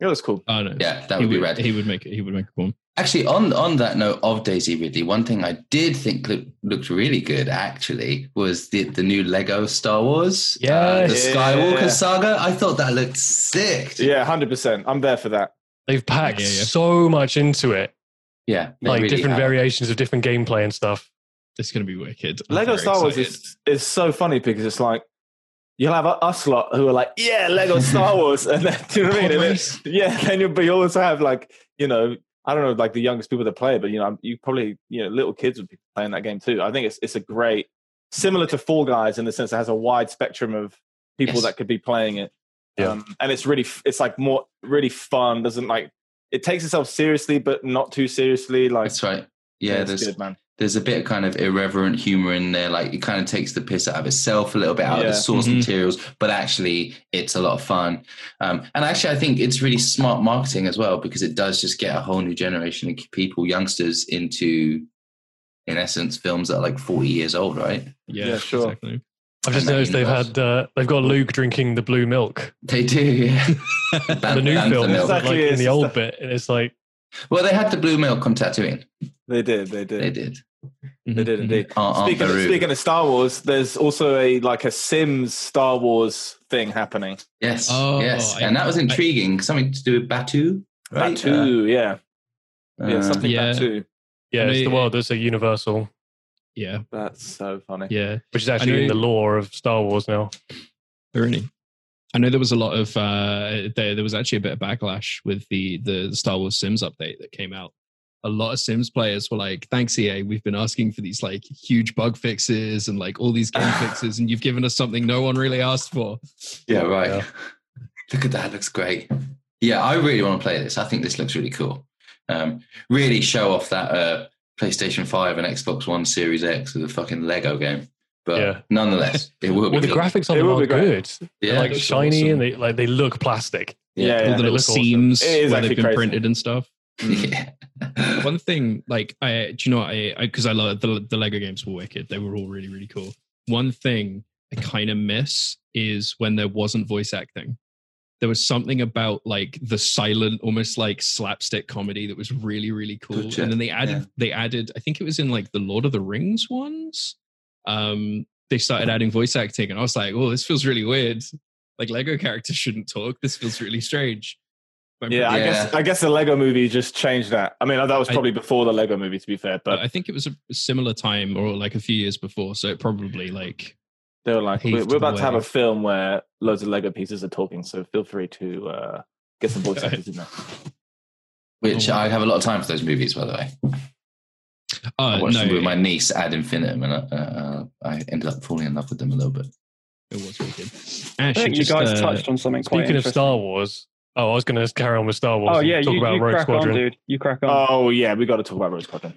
it was cool.
oh no
Yeah, that
he
would be
would,
rad.
he would make he would make a one
Actually, on on that note of Daisy Ridley, one thing I did think look, looked really good actually was the the new Lego Star Wars, uh, the
Yes.
Skywalker
Yeah.
saga. I thought that looked sick.
Yeah, hundred percent. I'm there for that.
They've packed
Yeah, yeah.
so much into it,
yeah, they
like
really
different
have.
variations of different gameplay and stuff.
it's gonna be wicked I'm
Lego
very
Star Wars
excited.
is is so funny because it's like you'll have us lot who are like, yeah, Lego Star Wars, and then do you know what I mean? And then- yeah, then you'll but you also have like you know I don't know like the youngest people that play it, but you know you probably you know little kids would be playing that game too. I think it's it's a great similar to Fall Guys in the sense it has a wide spectrum of people
Yes.
that could be playing it,
Yeah.
um, and it's really f- it's like more really fun. Doesn't like it takes itself seriously but not too seriously. Like
That's right. Yeah,
it's
there's
good man.
there's a bit of kind of irreverent humor in there. Like it kind of takes the piss out of itself a little bit out of
Yeah.
the source
Mhm.
materials, but actually it's a lot of fun. Um, and actually, I think it's really smart marketing as well because it does just get a whole new generation of people, youngsters, into in essence films that are like 40 years old, right?
yeah,
Yeah, sure.
exactly.
I've just
And that
noticed they've
universe.
had uh, they've got Luke drinking the blue milk,
They do, yeah.
the new
Bantha
film,
milk.
Exactly.
like in
it's
the
just
old
a-
bit, and it's like
Well, they had the blue milk on Tatooine.
They did, they did,
They did.
they did
Mhm.
indeed.
On, on
Speaking of,
Baru.
speaking of Star Wars, there's also a like a Sims Star Wars thing happening.
yes,
Oh,
yes.
I-
and that was intriguing. Something to do with Batu.
That too, yeah, yeah,
Uh,
something
Yeah.
that too.
yeah,
I
it's the
mean,
world that's a universal,
yeah
That's so funny.
yeah
which is actually in
know-
the lore of Star Wars now.
Really? I know there was a lot of uh, there. There was actually a bit of backlash with the the Star Wars Sims update that came out. A lot of Sims players were like, "Thanks, EA. We've been asking for these like huge bug fixes and like all these game fixes, and you've given us something no one really asked for."
Yeah, right.
Yeah.
Look at that. Looks great. Yeah, I really want to play this. I think this looks really cool. Um, really show off that uh, PlayStation 5 and Xbox One Series X with a fucking Lego game. But
Yeah.
nonetheless, it will be
Well, the
cool.
graphics on
It
them
will
are
be great.
good.
Yeah,
They're like
Looks
shiny
awesome.
and they like they look plastic.
Yeah,
all
yeah.
the little
look awesome.
seams
It is
where they've
actually
been
crazy.
printed and stuff.
Mm.
yeah.
One thing, like I, do you know, what I because I, love the the Lego games were wicked. They were all really really cool. One thing I kind of miss is when there wasn't voice acting. There was something about like the silent, almost like slapstick comedy that was really really cool.
Gotcha.
And then they added
Yeah.
they added I think it was in like the Lord of the Rings ones. Um, they started adding voice acting, and I was like, oh, this feels really weird. Like Lego characters shouldn't talk. This feels really strange. But I'm
Yeah, I
Yeah.
guess I guess the Lego movie just changed that. I mean, that was
I-
probably before the Lego movie, to be fair.
but
But
I think it was a similar time or like a few years before. So it probably like
they were like, we're,
paved
we're about
the
to have
way.
a film where loads of Lego pieces are talking, so feel free to uh, get some voice actors in there.
Which I have a lot of time for those movies, by the way. I
oh
watched
no,
them with my
it,
niece Ad Infinitum, and uh, uh, I ended up falling in love with them a little bit.
it was wicked.
I
Ash,
think you
just,
guys
uh,
touched on something quite
Speaking of
interesting.
Star Wars, Oh, I was going to carry on with Star Wars.
Oh
and
yeah,
talk
you,
about
you
Rogue
crack
Squadron.
on, dude. You crack on.
Oh yeah, we got to talk about Rogue Squadron.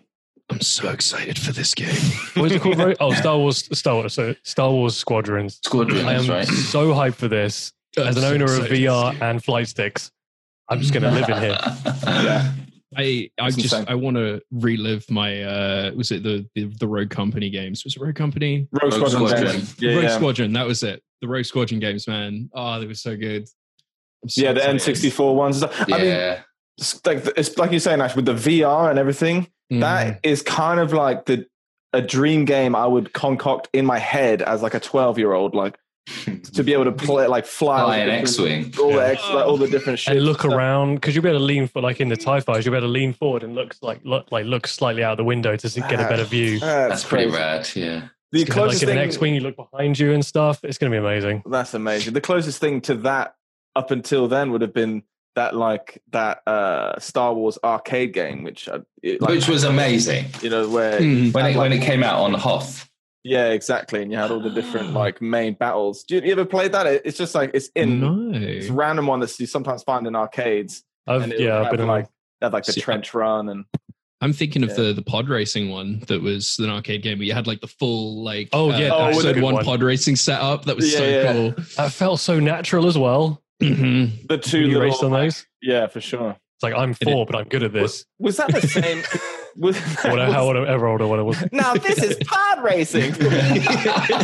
I'm so excited for this game.
What is it called? Ro- oh, Star Wars. Star Wars. So Star Wars Squadrons.
Squadron,
I am
that's right.
so hyped for this.
I'm
As an
so
owner of
excited for this
VR
game.
and flight sticks, I'm just going to live in here.
Yeah.
I I
That's
just
insane.
I want to relive my uh was it the, the the Rogue Company games? Was it Rogue Company?
Rogue
Rogue, Squadron.
Squadron.
Benz. Yeah,
Rogue
yeah.
Squadron, that was it. The Rogue Squadron games, man. Oh, they were so good. I'm so
yeah, the
excited.
N64 ones.
yeah.
I mean, it's like it's like you're saying, Ash, with the VR and everything.
Mm.
That is kind of like the a dream game I would concoct in my head as like a 12 year old, like to be able to play like fly, all
Fly
the
an
different-
X-wing.
all the
Yeah.
X, like, all the different shit.
and look
stuff.
around because you'll be able to lean for like in the Tie Fighters, you'll be able to lean forward and look like look like look slightly out the window to see, get a better view.
Ah,
That's pretty
crazy.
rad. Yeah.
The
It's gonna be
closest
like in
thing,
an X-wing, you look behind you and stuff. It's going to be amazing.
that's amazing. The closest thing to that up until then would have been that like that uh Star Wars arcade game, which I, it, like,
Which was amazing.
you know where
Hmm.
Mm.
When it, when it came out on Hoth.
yeah exactly, and you had all the different
Ah.
like main battles. Do you, you ever played that? It, it's just like it's in it's a
no.
random one that you sometimes find in arcades.
I've,
And it
yeah,
would
I've
have
been
like had like the
See, I-
trench run and
I'm thinking of
Yeah.
the the pod racing one that was an arcade game where you had like the full like uh,
Oh, yeah,
that was a
episode
good
one,
one.
pod racing setup. That was
Yeah,
so
yeah.
cool.
that felt so natural as well.
Mhm.
the
when
two
you
little
raced on those.
yeah for sure.
It's like I'm four, but I'm good at this.
Was that the same? was,
What,
was-
how old- ever older one I was.
now this is pod racing.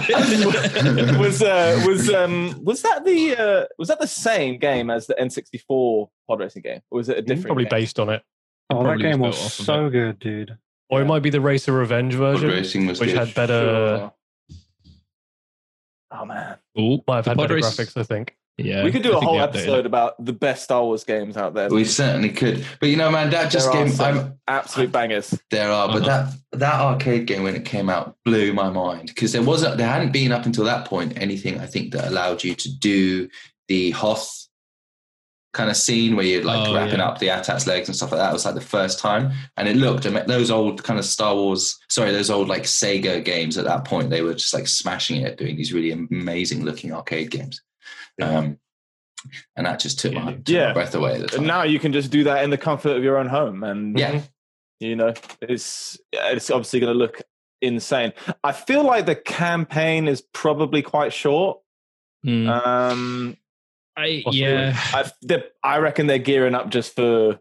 was uh, was um was that the uh, was that the same game as the N64 pod racing game, or was it a different?
Mm, Probably
game?
based on it,
Oh, that
Probably
game was
was built off of
so good, dude.
or it might be the Racer Revenge version,
racing was
which
good.
had better,
Oh man,
Ooh.
might have had
Pod
better
race-
graphics. I think.
Yeah.
we could do
I
a
think
whole
they updated
episode about the best Star Wars games out there.
We certainly could. But you know, man, that just
There are
game
some
I'm
absolute bangers.
there are, but
Uh-huh.
that that arcade game when it came out blew my mind. Because there wasn't there hadn't been up until that point anything I think that allowed you to do the Hoth kind of scene where you're like
Oh,
wrapping
yeah.
up the Atat's legs and stuff like that. It was like the first time. And it looked I mean, those old kind of Star Wars sorry, those old like Sega games at that point, they were just like smashing it, doing these really amazing looking arcade games. Um and that just took, my, took my
Yeah.
breath away at the time.
And now you can just do that in the comfort of your own home, and
yeah.
you know it's it's obviously going to look insane. I feel like the campaign is probably quite short.
Mm.
Um,
I,
Possibly.
yeah.
I, they're- I reckon they're gearing up just for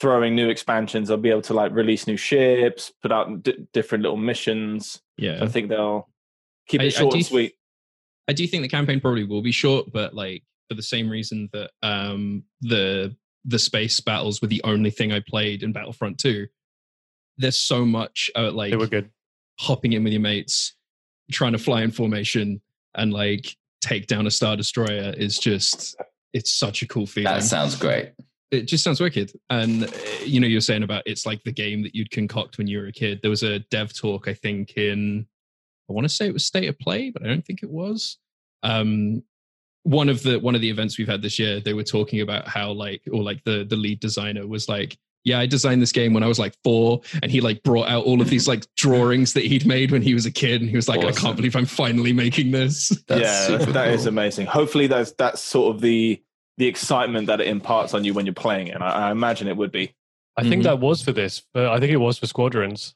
throwing new expansions. They'll be able to like release new ships, put out d- different little missions.
Yeah.
I think they'll keep
I- I
it short
do
and sweet.
I do think the campaign probably will be short, but like for the same reason that um the the space battles were the only thing I played in Battlefront 2. There's so much uh, like
They were good.
hopping in with your mates, trying to fly in formation and like take down a star destroyer is just it's such a cool feeling.
That sounds great.
it just sounds wicked. And uh, you know, you're saying about it's like the game that you'd concoct when you were a kid. There was a dev talk, I think, in I want to say it was State of Play, but I don't think it was. Um, one of the one of the events we've had this year, they were talking about how like or like the the lead designer was like. Yeah, I designed this game when I was like four, and he like brought out all of these like drawings that he'd made when he was a kid, and he was like, "I
Awesome.
can't believe I'm finally making this."
That's
yeah,
super
that- that
cool.
is amazing. Hopefully, that's that's sort of the the excitement that it imparts on you when you're playing it. And I, I imagine it would be.
I think
Mhm.
that was for this. But I think it was for Squadrons.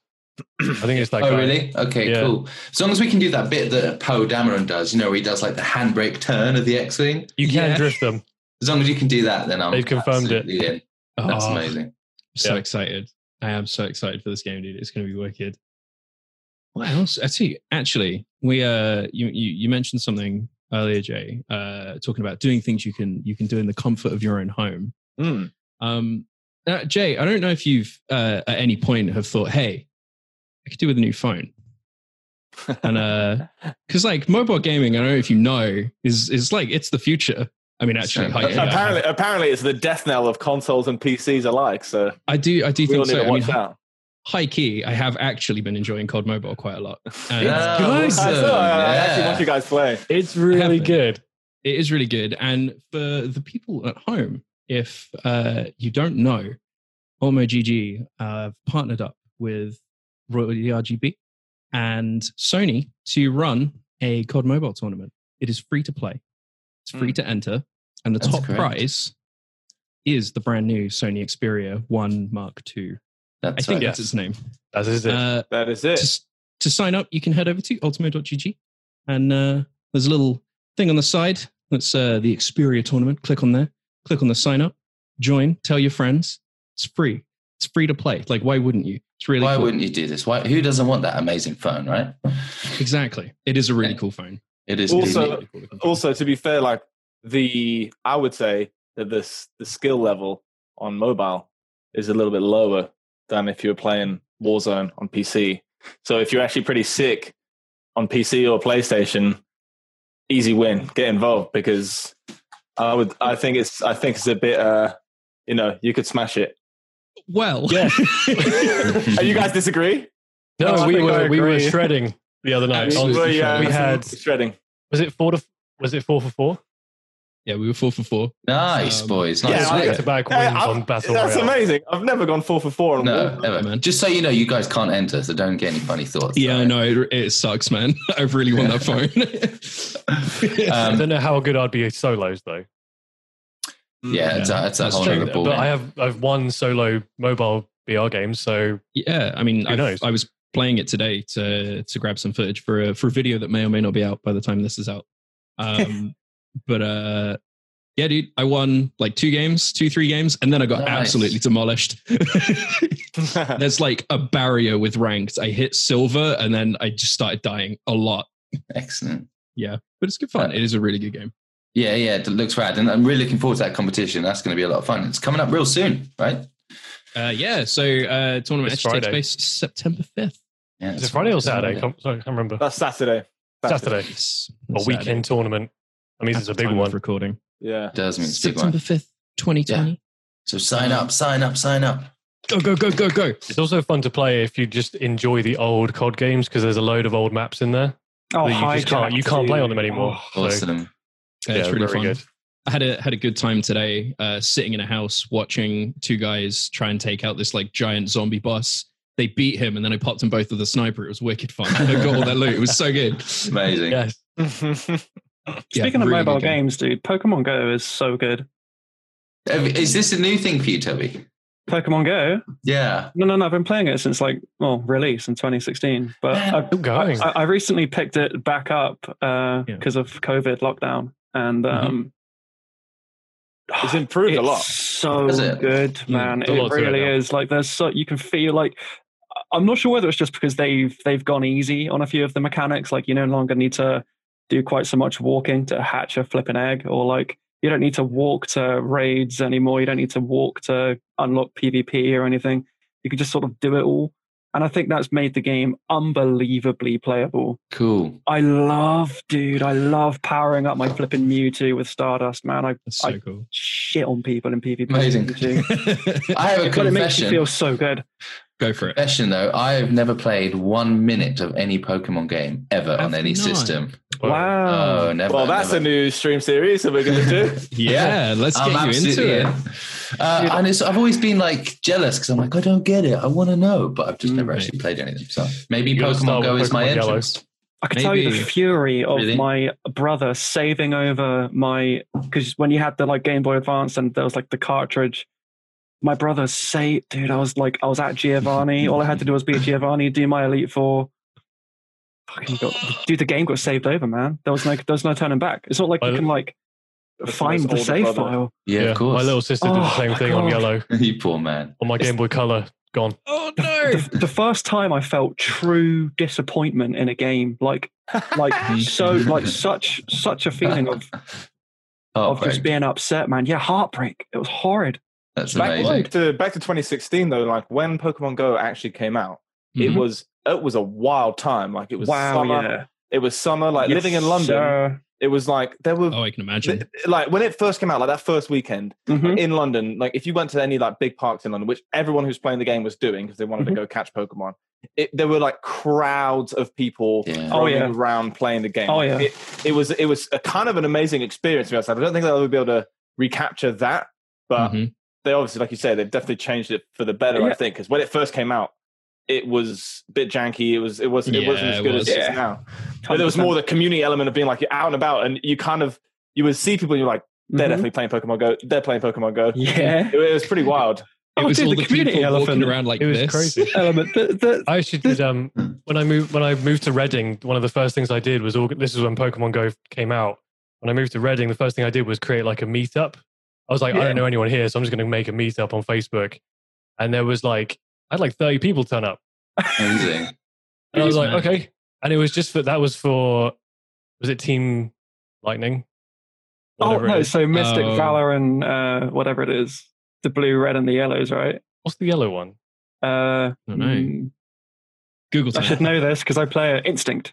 I think it's that.
Oh
guy.
really? Okay,
Yeah.
cool. As long as we can do that bit that Poe Dameron does, you know, where he does like the handbrake turn of the X-wing.
You can
Yeah.
drift them.
As long as you can do that, then I'm
They've confirmed it.
absolutely in. That's
Oh,
amazing.
I'm so
Yeah.
excited. I am so excited for this game, dude. It's going to be wicked. What else? Actually, actually, we uh, you you, you mentioned something earlier, Jay, uh, talking about doing things you can you can do in the comfort of your own home.
Mm.
Um, uh, Jay, I don't know if you've uh, at any point have thought, hey, I could do with a new phone. and uh, because like mobile gaming, I don't know if you know, is is like it's the future. I mean, actually,
So-
hi- yeah,
apparently, apparently, it's the death knell of consoles and PCs alike. So
I do, I do
we all
think
need
so.
to
I mean,
watch out.
high key, I have actually been enjoying COD Mobile quite a lot. And
Yeah,
good.
I, saw, I, I actually
Yeah.
watch you guys play.
It's really
Heaven.
good.
It is really good. And for the people at home, if uh, you don't know, Olmo GG uh, have partnered up with Royal E RGB and Sony to run a COD Mobile tournament. It is free to play. It's free to enter, and the
Hmm. That's
top
correct.
prize is the brand new Sony Xperia One Mark II. I
That's
think
right.
that's its name.
As is it.
Uh,
That is it.
to, s- to sign up, you can head over to ultimo.gg and uh, there's a little thing on the side that's uh, the Xperia tournament. Click on there, click on the sign up, join, tell your friends. It's free. It's free to play. Like, why wouldn't you? It's really
Why
cool.
wouldn't you do this? Why? Who doesn't want that amazing phone, right?
Exactly. It is a really
Yeah.
cool phone.
It is
It is
Also-
a really cool looking phone.
also to be fair like the i would say that this the skill level on mobile is a little bit lower than if you were playing warzone on pc so if you're actually pretty sick on pc or playstation easy win get involved because i would i think it's i think it's a bit uh you know you could smash it
well,
yeah Are you guys disagree
no,
I
we
think I
were we were
agree.
shredding the other night.
Absolutely.
honestly.
We were, uh,
we had
shredding
was it four to was it four for four?
yeah, we were four for four.
nice,
Um,
boys. Nice.
Yeah, I-
back to back
Hey,
wins
I'm-
on battle
that's
royale.
amazing i've never gone four for four on
no,
Warzone.
ever.
man.
Just so you know, you guys can't enter, so don't get any funny thoughts.
Yeah, I
Alright.
know. It, it sucks, man. I really want that phone.
I
Um,
don't know how good I'd be at solos though.
yeah, it's a, it's a
That's
whole
true,
other ball.
But I have I've won solo mobile BR games, so
yeah, I mean,
Who
I,
knows?
I was playing it today to to grab some footage for a for a video that may or may not be out by the time this is out. Um, but uh, yeah, dude, I won like two games, two three games, and then I got
Nice.
absolutely demolished. There's like a barrier with ranked. I hit silver, and then I just started dying a lot.
Excellent.
But it's good fun. It is a really good game.
Yeah, yeah, it looks rad, and I'm really looking forward to that competition. That's going to be a lot of fun. It's coming up real soon, right?
Uh, yeah, so uh, tournament
This
actually
Friday.
takes place September fifth.
Yeah,
is it
it's-
Friday or
it's-
Saturday? Can't- sorry, I can't remember.
That's Saturday.
Saturday.
Yes,
A weekend tournament. That means it's a big one.
recording.
Yeah.
It does mean it's a big
September
one.
fifth, twenty twenty.
So sign up, sign up, sign up.
Go go go go go!
It's also fun to play if you just enjoy the old COD games because there's a load of old maps in there.
Oh,
that you, just can't, you can't play on them anymore. So,
Awesome.
Yeah, it's
yeah,
really
very
fun.
good.
I had a had a good time today, uh, sitting in a house watching two guys try and take out this like giant zombie boss. They beat him, and then I popped him both with a sniper. It was wicked fun. I got all that loot. It was so good.
Amazing.
Yes.
Yeah,
Speaking of
really
mobile
good game.
games, dude, Pokemon Go is so good.
Have- Is this a new thing for you, Toby?
Pokemon Go?
Yeah.
No, no, no. I've been playing it since like well, release in 2016, but
Man,
I,
Still going.
I, I recently picked it back up because
Yeah.
of COVID lockdown, and
Mm-hmm.
um,
It's improved a lot. Hmm.
So
Has it?
good, man.
there's a lot
it
to it
really
now.
is. Like there's so you can feel like I'm not sure whether it's just because they've they've gone easy on a few of the mechanics. Like you no longer need to do quite so much walking to hatch a flipping egg, or like you don't need to walk to raids anymore. You don't need to walk to unlock PvP or anything. You can just sort of do it all. And I think that's made the game unbelievably playable.
Cool.
I love, dude, I love powering up my flipping Mewtwo with Stardust, man. I
That's so
I-
cool.
shit on people in PvP.
Amazing.
Mewtwo
I have a
but it makes you
confession.
feel so good.
go for it.
Confession though, I have never played one minute of any Pokemon game ever on
Have
any
not.
system.
Well,
Wow.
Oh, never.
Well, that's a
never.
new stream series that we're going to do.
Yeah, let's get
I'm
you
absolutely
into it.
in. Uh, and it's, I've always been like jealous because I'm like, I don't get it. I want to know, but I've just
Mm,
never
mate.
actually played any of them. So maybe
You gotta
Pokemon
start
Go
with
is my
Pokemon Yellow.
entrance.
I can tell you the
Maybe.
fury of
Really?
my brother saving over my because when you had the like Game Boy Advance and there was like the cartridge, my brother say, dude, I was like, I was at Giovanni. All I had to do was be at Giovanni, do my Elite Four. Fucking got, dude, the game got saved over, man. There was no, there's no turning back. It's not like you
My-
can like
That's
find
his
the
older
save
brother.
file.
Yeah, of course.
My little sister did
Oh,
the same
my
thing
God.
on yellow
you poor man.
on my Game Boy Color. Gone.
Oh
the, the- the first time I felt true disappointment in a game, like like so like such such a feeling of
Oh,
of just being upset, man. Yeah, heartbreak. It was horrid.
that's
Back,
amazing.
back to back to 2016 though, like when Pokemon Go actually came out,
Mhm.
it was it was a wild time. Like it was
Wow,
summer.
yeah.
It was summer. Like
Yes,
living in London,
sir.
it was like there were
Oh, I can imagine.
th- like when it first came out, like that first weekend
Mhm.
in London, like if you went to any like big parks in London, which everyone who's playing the game was doing because they wanted
Mhm.
to go catch Pokemon, it, there were like crowds of people
Yeah.
Oh,
oh,
yeah.
around playing the game.
Oh, yeah.
It, it was it was a kind of an amazing experience for us. I don't think they'll ever be able to recapture that, but
Mhm.
they obviously, like you say, they've definitely changed it for the better. I
Mm-hmm. Yeah.
think because when it first came out, it was a bit janky. It was it was it
Yeah,
wasn't as
it
good
was.
as it is
Yeah.
now. But there was more the community element of being like you're out and about, and you kind of you would see people, and you're like, They're
Mhm.
definitely playing Pokemon Go. They're playing Pokemon Go.
Mm-hmm. Yeah.
It, was pretty wild.
Oh,
was
dude,
all
the
the,
community
people
elephant.
walking around like
it was
this.
crazy.
Element. The, the,
I actually did. Um, when I moved when I moved to Reading, one of the first things I did was all, this is when Pokemon Go came out. When I moved to Reading, the first thing I did was create like a meetup. I was like, I
Yeah.
don't know anyone here, so I'm just going to make a meetup on Facebook. And there was like, I had like 30 people turn up,
Amazing.
and I was
Jeez,
like,
man.
okay. And it was just for that was for was it Team Lightning?
oh
Whatever it
no!
is.
So Mystic
Oh.
Valor and uh, whatever it is, the blue, red, and the yellows, right?
What's the yellow one?
Uh,
Don't know.
mm,
Google
I should
time.
know this because I play it. Instinct.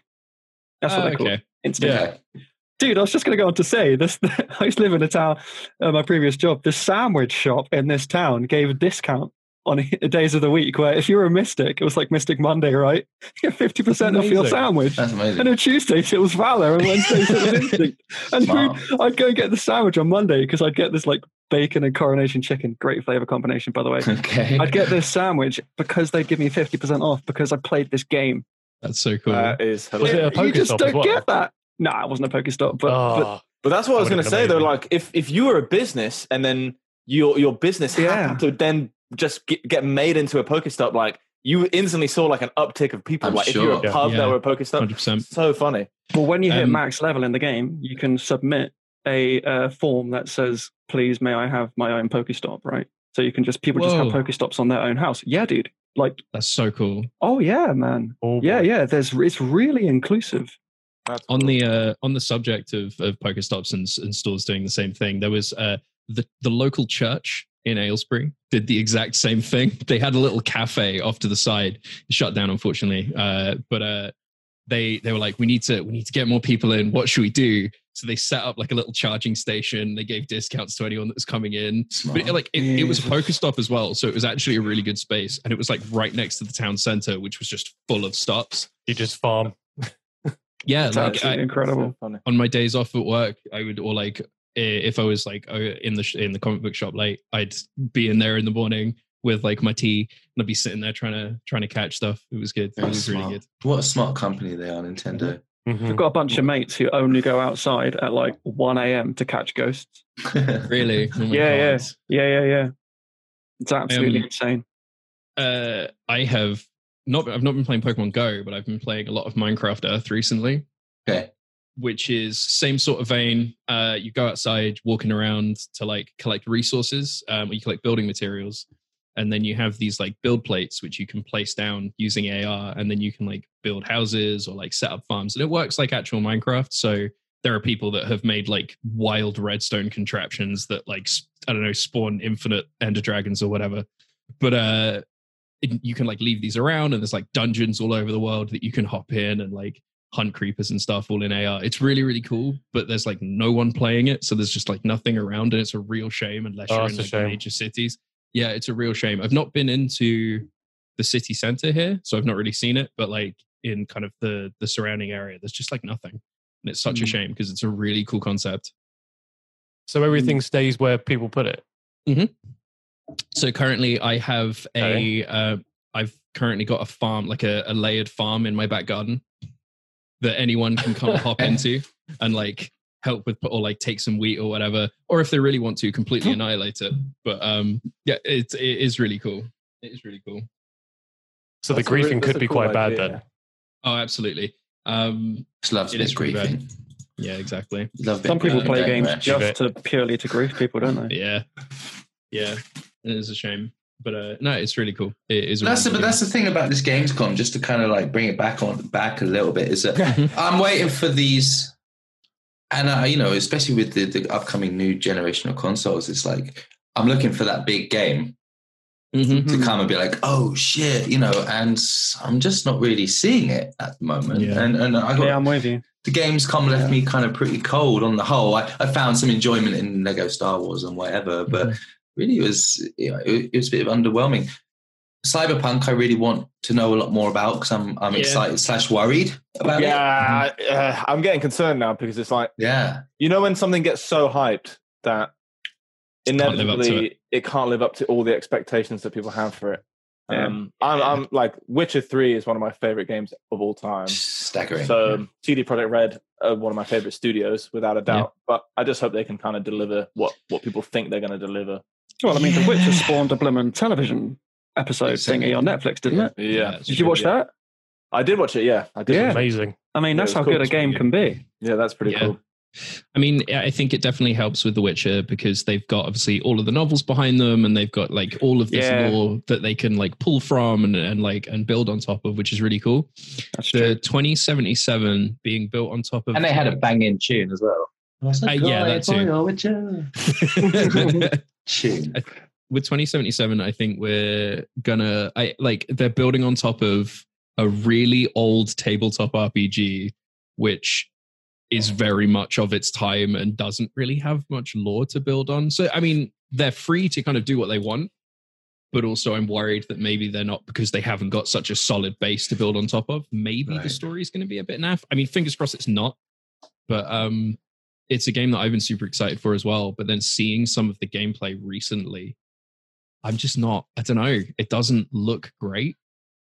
That's what
Ah,
they're called.
okay.
Instinct.
Yeah.
Dude, I was just going to go on to say this. I used to live in a town, uh, my previous job. The sandwich shop in this town gave a discount on days of the week where if you were a mystic, it was like Mystic Monday, right? You get 50% off your
amazing.
sandwich.
That's
And
amazing.
on Tuesdays, it was Valor, and Wednesdays, it was Instinct. And
Wow.
food, I'd go and get the sandwich on Monday because I'd get this like bacon and coronation chicken. Great flavor combination, by the way.
Okay.
I'd get this sandwich because they'd give me 50% off because I played this game.
That's so cool.
Uh,
That is
Was it
hilarious.
a
you just
Pokestop as
don't
well?
get that. Nah, it wasn't a Pokestop, but, but
oh,
But that's what I was
That would've been
going to say though.
amazing.
Like, if if you were a business and then your your business
Yeah.
happened to then just get, get made into a Pokestop, like you instantly saw like an uptick of people.
I'm
like if you were
sure.
a pub
Yeah.
that were a Pokestop,
100%.
so funny.
Well, when you hit
Um,
max level in the game, you can submit a uh, form that says, "Please, may I have my own Pokestop?" Right. So you can just people just have
Whoa.
Pokestops on their own house. Yeah, dude. Like,
That's so cool.
oh yeah, man.
oh
Yeah,
boy.
yeah. There's it's really inclusive.
That's
on
cool.
the uh, on the subject of of Pokestops and, and stores doing the same thing, there was uh, the the local church in Aylesbury did the exact same thing. They had a little cafe off to the side, shut down unfortunately, uh, but uh, they they were like, we need to we need to get more people in. What should we do? So they set up like a little charging station. They gave discounts to anyone that was coming in. But it,
Smart.
like it, it was
Jesus.
Pokestop as well, so it was actually a really good space, and it was like right next to the town center, which was just full of stops.
You just farm.
Yeah,
It's
like I,
absolutely
So
incredible.
funny.
on my days off at work, I would or like i- if I was like oh, in the sh- in the comic book shop late, I'd be in there in the morning with like my tea and I'd be sitting there trying to trying to catch stuff. It was good. It
Very
was really
smart.
good.
What a smart company they are, Nintendo.
Mhm.
I've got a bunch of mates who only go outside at like 1 a.m. to catch ghosts.
Really? Oh my
Yeah,
God.
Yeah, yeah, yeah. It's absolutely insane.
Uh, I have not. I've not been playing Pokemon Go, but I've been playing a lot of Minecraft Earth recently.
Okay.
which is same sort of vein. Uh, you go outside, walking around to like collect resources, um, or you collect building materials, and then you have these like build plates which you can place down using AR, and then you can like build houses or like set up farms, and it works like actual Minecraft. So there are people that have made like wild redstone contraptions that like s- I don't know spawn infinite ender dragons or whatever, but uh. it- You can like leave these around, and there's like dungeons all over the world that you can hop in and like hunt creepers and stuff all in AR. It's really, really cool, but there's like no one playing it. So there's just like nothing around and it's a real shame unless
Oh,
you're in
that's a
like, the
shame.
major cities. Yeah, it's a real shame. I've not been into the city center here, so I've not really seen it, but like in kind of the the surrounding area, there's just like nothing. And it's such a
Mm.
shame because it's a really cool concept.
So everything stays where people put it.
So currently I have a uh, I've currently got a farm, like a, a layered farm in my back garden that anyone can come hop into and like help with or like take some wheat or whatever. Or if they really want to, completely annihilate it. But um yeah, it's it is really cool. It is really cool.
So
That's
the
a really-
griefing
that's
could
a
be
cool
quite bad
idea.
then.
Oh, absolutely. Um
Just loves
It
a
is
bit
pretty bad.
griefing.
yeah, exactly.
Love
Some
bit
people
griefing,
play
don't
games
they?
just to purely to grief people, don't
But
they?
yeah. Yeah. It is a shame. But uh no, it's really cool. It is a
That's the,
really
but
cool
that's the thing about this Gamescom, just to kind of like bring it back on back a little bit, is that I'm waiting for these, and I, you know, especially with the, the upcoming new generation of consoles, it's like I'm looking for that big game
game. Mhm.
to come and be like, oh shit, you know, and I'm just not really seeing it at the moment.
Yeah.
And and I got
Yeah, I'm with you.
the Gamescom left me kind of pretty cold on the whole. I, I found some enjoyment in Lego Star Wars and whatever, but really it was you know, it, it was a bit of underwhelming. Cyberpunk, I really want to know a lot more about because I'm I'm
Yeah.
excited slash worried about it.
Yeah, uh, I'm getting concerned now because it's like
Yeah,
you know when something gets so hyped that
Can't live up to
inevitably it. can't live up to all the expectations that people have for it.
Yeah.
Um, I'm, I'm like Witcher Three is one of my favorite games of all time.
Staggering.
Um, So um, CD Projekt Red are one of my favorite studios, without a doubt. But I just hope they can kind of deliver what what people think they're going to deliver.
Well, I mean, The Witcher
Yeah.
spawned a Blimmin' television episode
Exactly.
thingy on Netflix, didn't it?
Yeah,
Did you watch that?
I did watch it. Yeah, I did.
Yeah.
Amazing.
I mean,
Yeah,
that's
it was
how
cool.
good a game can be.
yeah, that's pretty
Yeah.
cool.
I mean, I think it definitely helps with The Witcher because they've got obviously all of the novels behind them and they've got like all of this
Yeah.
lore that they can like pull from and, and like and build on top of, which is really cool.
That's
The 2077 being built on top of
and they had a banging tune as well.
Uh, yeah, that too.
oh, Tune.
with 2077 i think we're gonna i like they're building on top of a really old tabletop rpg which is very much of its time and doesn't really have much lore to build on so i mean they're free to kind of do what they want but also i'm worried that maybe they're not because they haven't got such a solid base to build on top of maybe the
Right.
story is going to be a bit naff i mean fingers crossed it's not but um it's a game that i've been super excited for as well but then seeing some of the gameplay recently I'm just not. I don't know. It doesn't look great.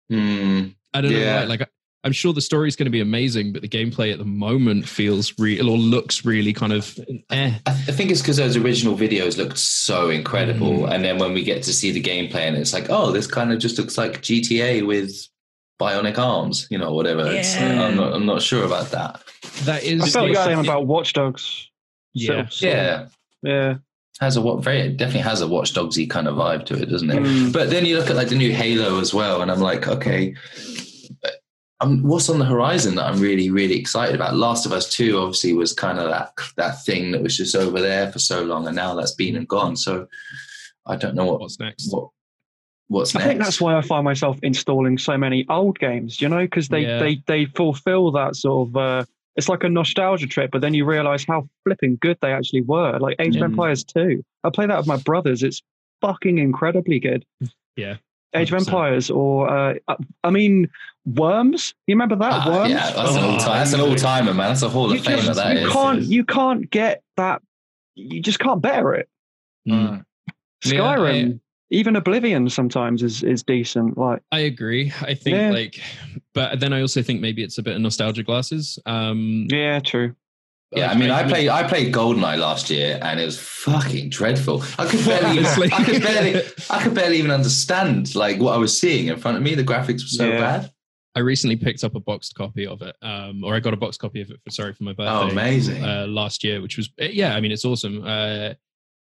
Hmm.
I don't know.
Yeah.
Why. Like I- I'm sure the story's going to be amazing, but the gameplay at the moment feels real or looks really kind of eh.
I, th- I think it's because those original videos looked so incredible, and then when we get to see the gameplay, and it's like, oh, this kind of just looks like GTA with bionic arms, you know, whatever. It's,
Yeah.
I'm not. I'm not sure about that.
That is.
I felt the
you guys-
same about Watch Dogs.
yeah.
So-
Yeah,
Yeah.
has a what? Very definitely has a Watch Dogsy kind of vibe to it, doesn't it?
Mm.
But then you look at like the new Halo as well, and I'm like, okay, um, what's on the horizon that I'm really, really excited about? Last of Us Two obviously was kind of that that thing that was just over there for so long, and now that's been and gone. So I don't know what
What's next?
what what's
I
next.
think that's why I find myself installing so many old games, you know, because they,
Yeah.
they, they fulfill that sort of. Uh, it's like a nostalgia trip, but then you realize how flipping good they actually were. Like Age
Mm.
of
Yeah.
Empires 2. I play that with my brothers. It's fucking incredibly good.
Yeah.
Age of
100%.
Empires, or uh, I- I mean, Worms. You remember that?
Ah,
Worms?
yeah, that's an
Oh,
all time. That's an all timer, man. That's a hall
you
of famer.
just,
That
you
is.
can't you can't get that you just can't bear it
Mm. Yeah,
skyrim even oblivion sometimes is is decent like
I agree. I think
Yeah.
like, but then I also think maybe it's a bit of nostalgia glasses. Um,
yeah true
Yeah, I mean, I played I played Goldeneye last year, and it was fucking dreadful. I could barely,
Honestly.
I could barely, I could barely even understand like what I was seeing in front of me. The graphics were so
Yeah.
bad.
I recently picked up a boxed copy of it, um, or I got a boxed copy of it. For, sorry for my birthday.
Oh, amazing!
uh, last year, which was eh, yeah, I mean it's awesome. Uh,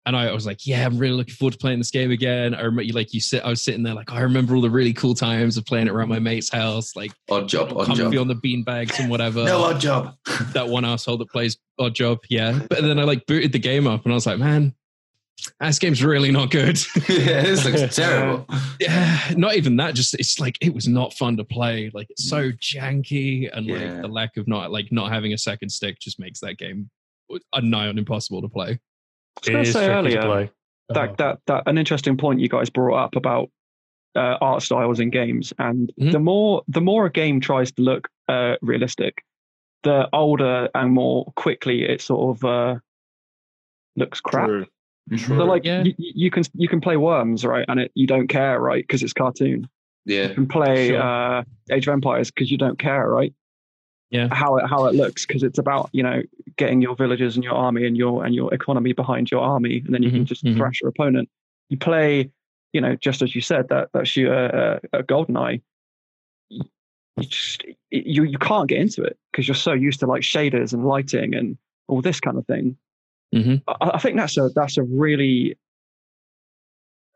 and I, I was like, yeah, I'm really looking forward to playing this game again. I remember, like you sit, I was sitting there like I remember all the really cool times of playing it around my mate's house, like
odd job, odd
comfy
job.
on the beanbags and whatever.
no odd job.
that one asshole that plays Odd Job, yeah. But then I like booted the game up and I was like, man, this game's really not good.
yeah, this looks terrible.
yeah, not even that. Just it's like it was not fun to play. Like it's so janky, and
Mm. Yeah.
like the lack of not like not having a second stick just makes that game a nigh on impossible to play.
I was gonna
It is
say
tricky to
earlier-
play.
that that that an interesting point you guys brought up about uh, art styles in games and
Mm-hmm.
Mhm.
the more the more a game tries to look uh, realistic the older and more quickly it sort of uh, looks crap
True.
so like
Yeah.
you, you can you can play worms right and it, you don't care right because it's cartoon
yeah,
can play
Sure.
uh, Age of Empires because you don't care, right?
Yeah.
How it how it looks because it's about you know getting your villagers and your army and your and your economy behind your army, and then you can
Mhm,
just
mhm.
thrash your opponent. You play, you know, just as you said that that shooter uh, uh, Goldeneye. You just you you can't get into it because you're so used to like shaders and lighting and all this kind of thing.
Mhm.
I, I think that's a that's a really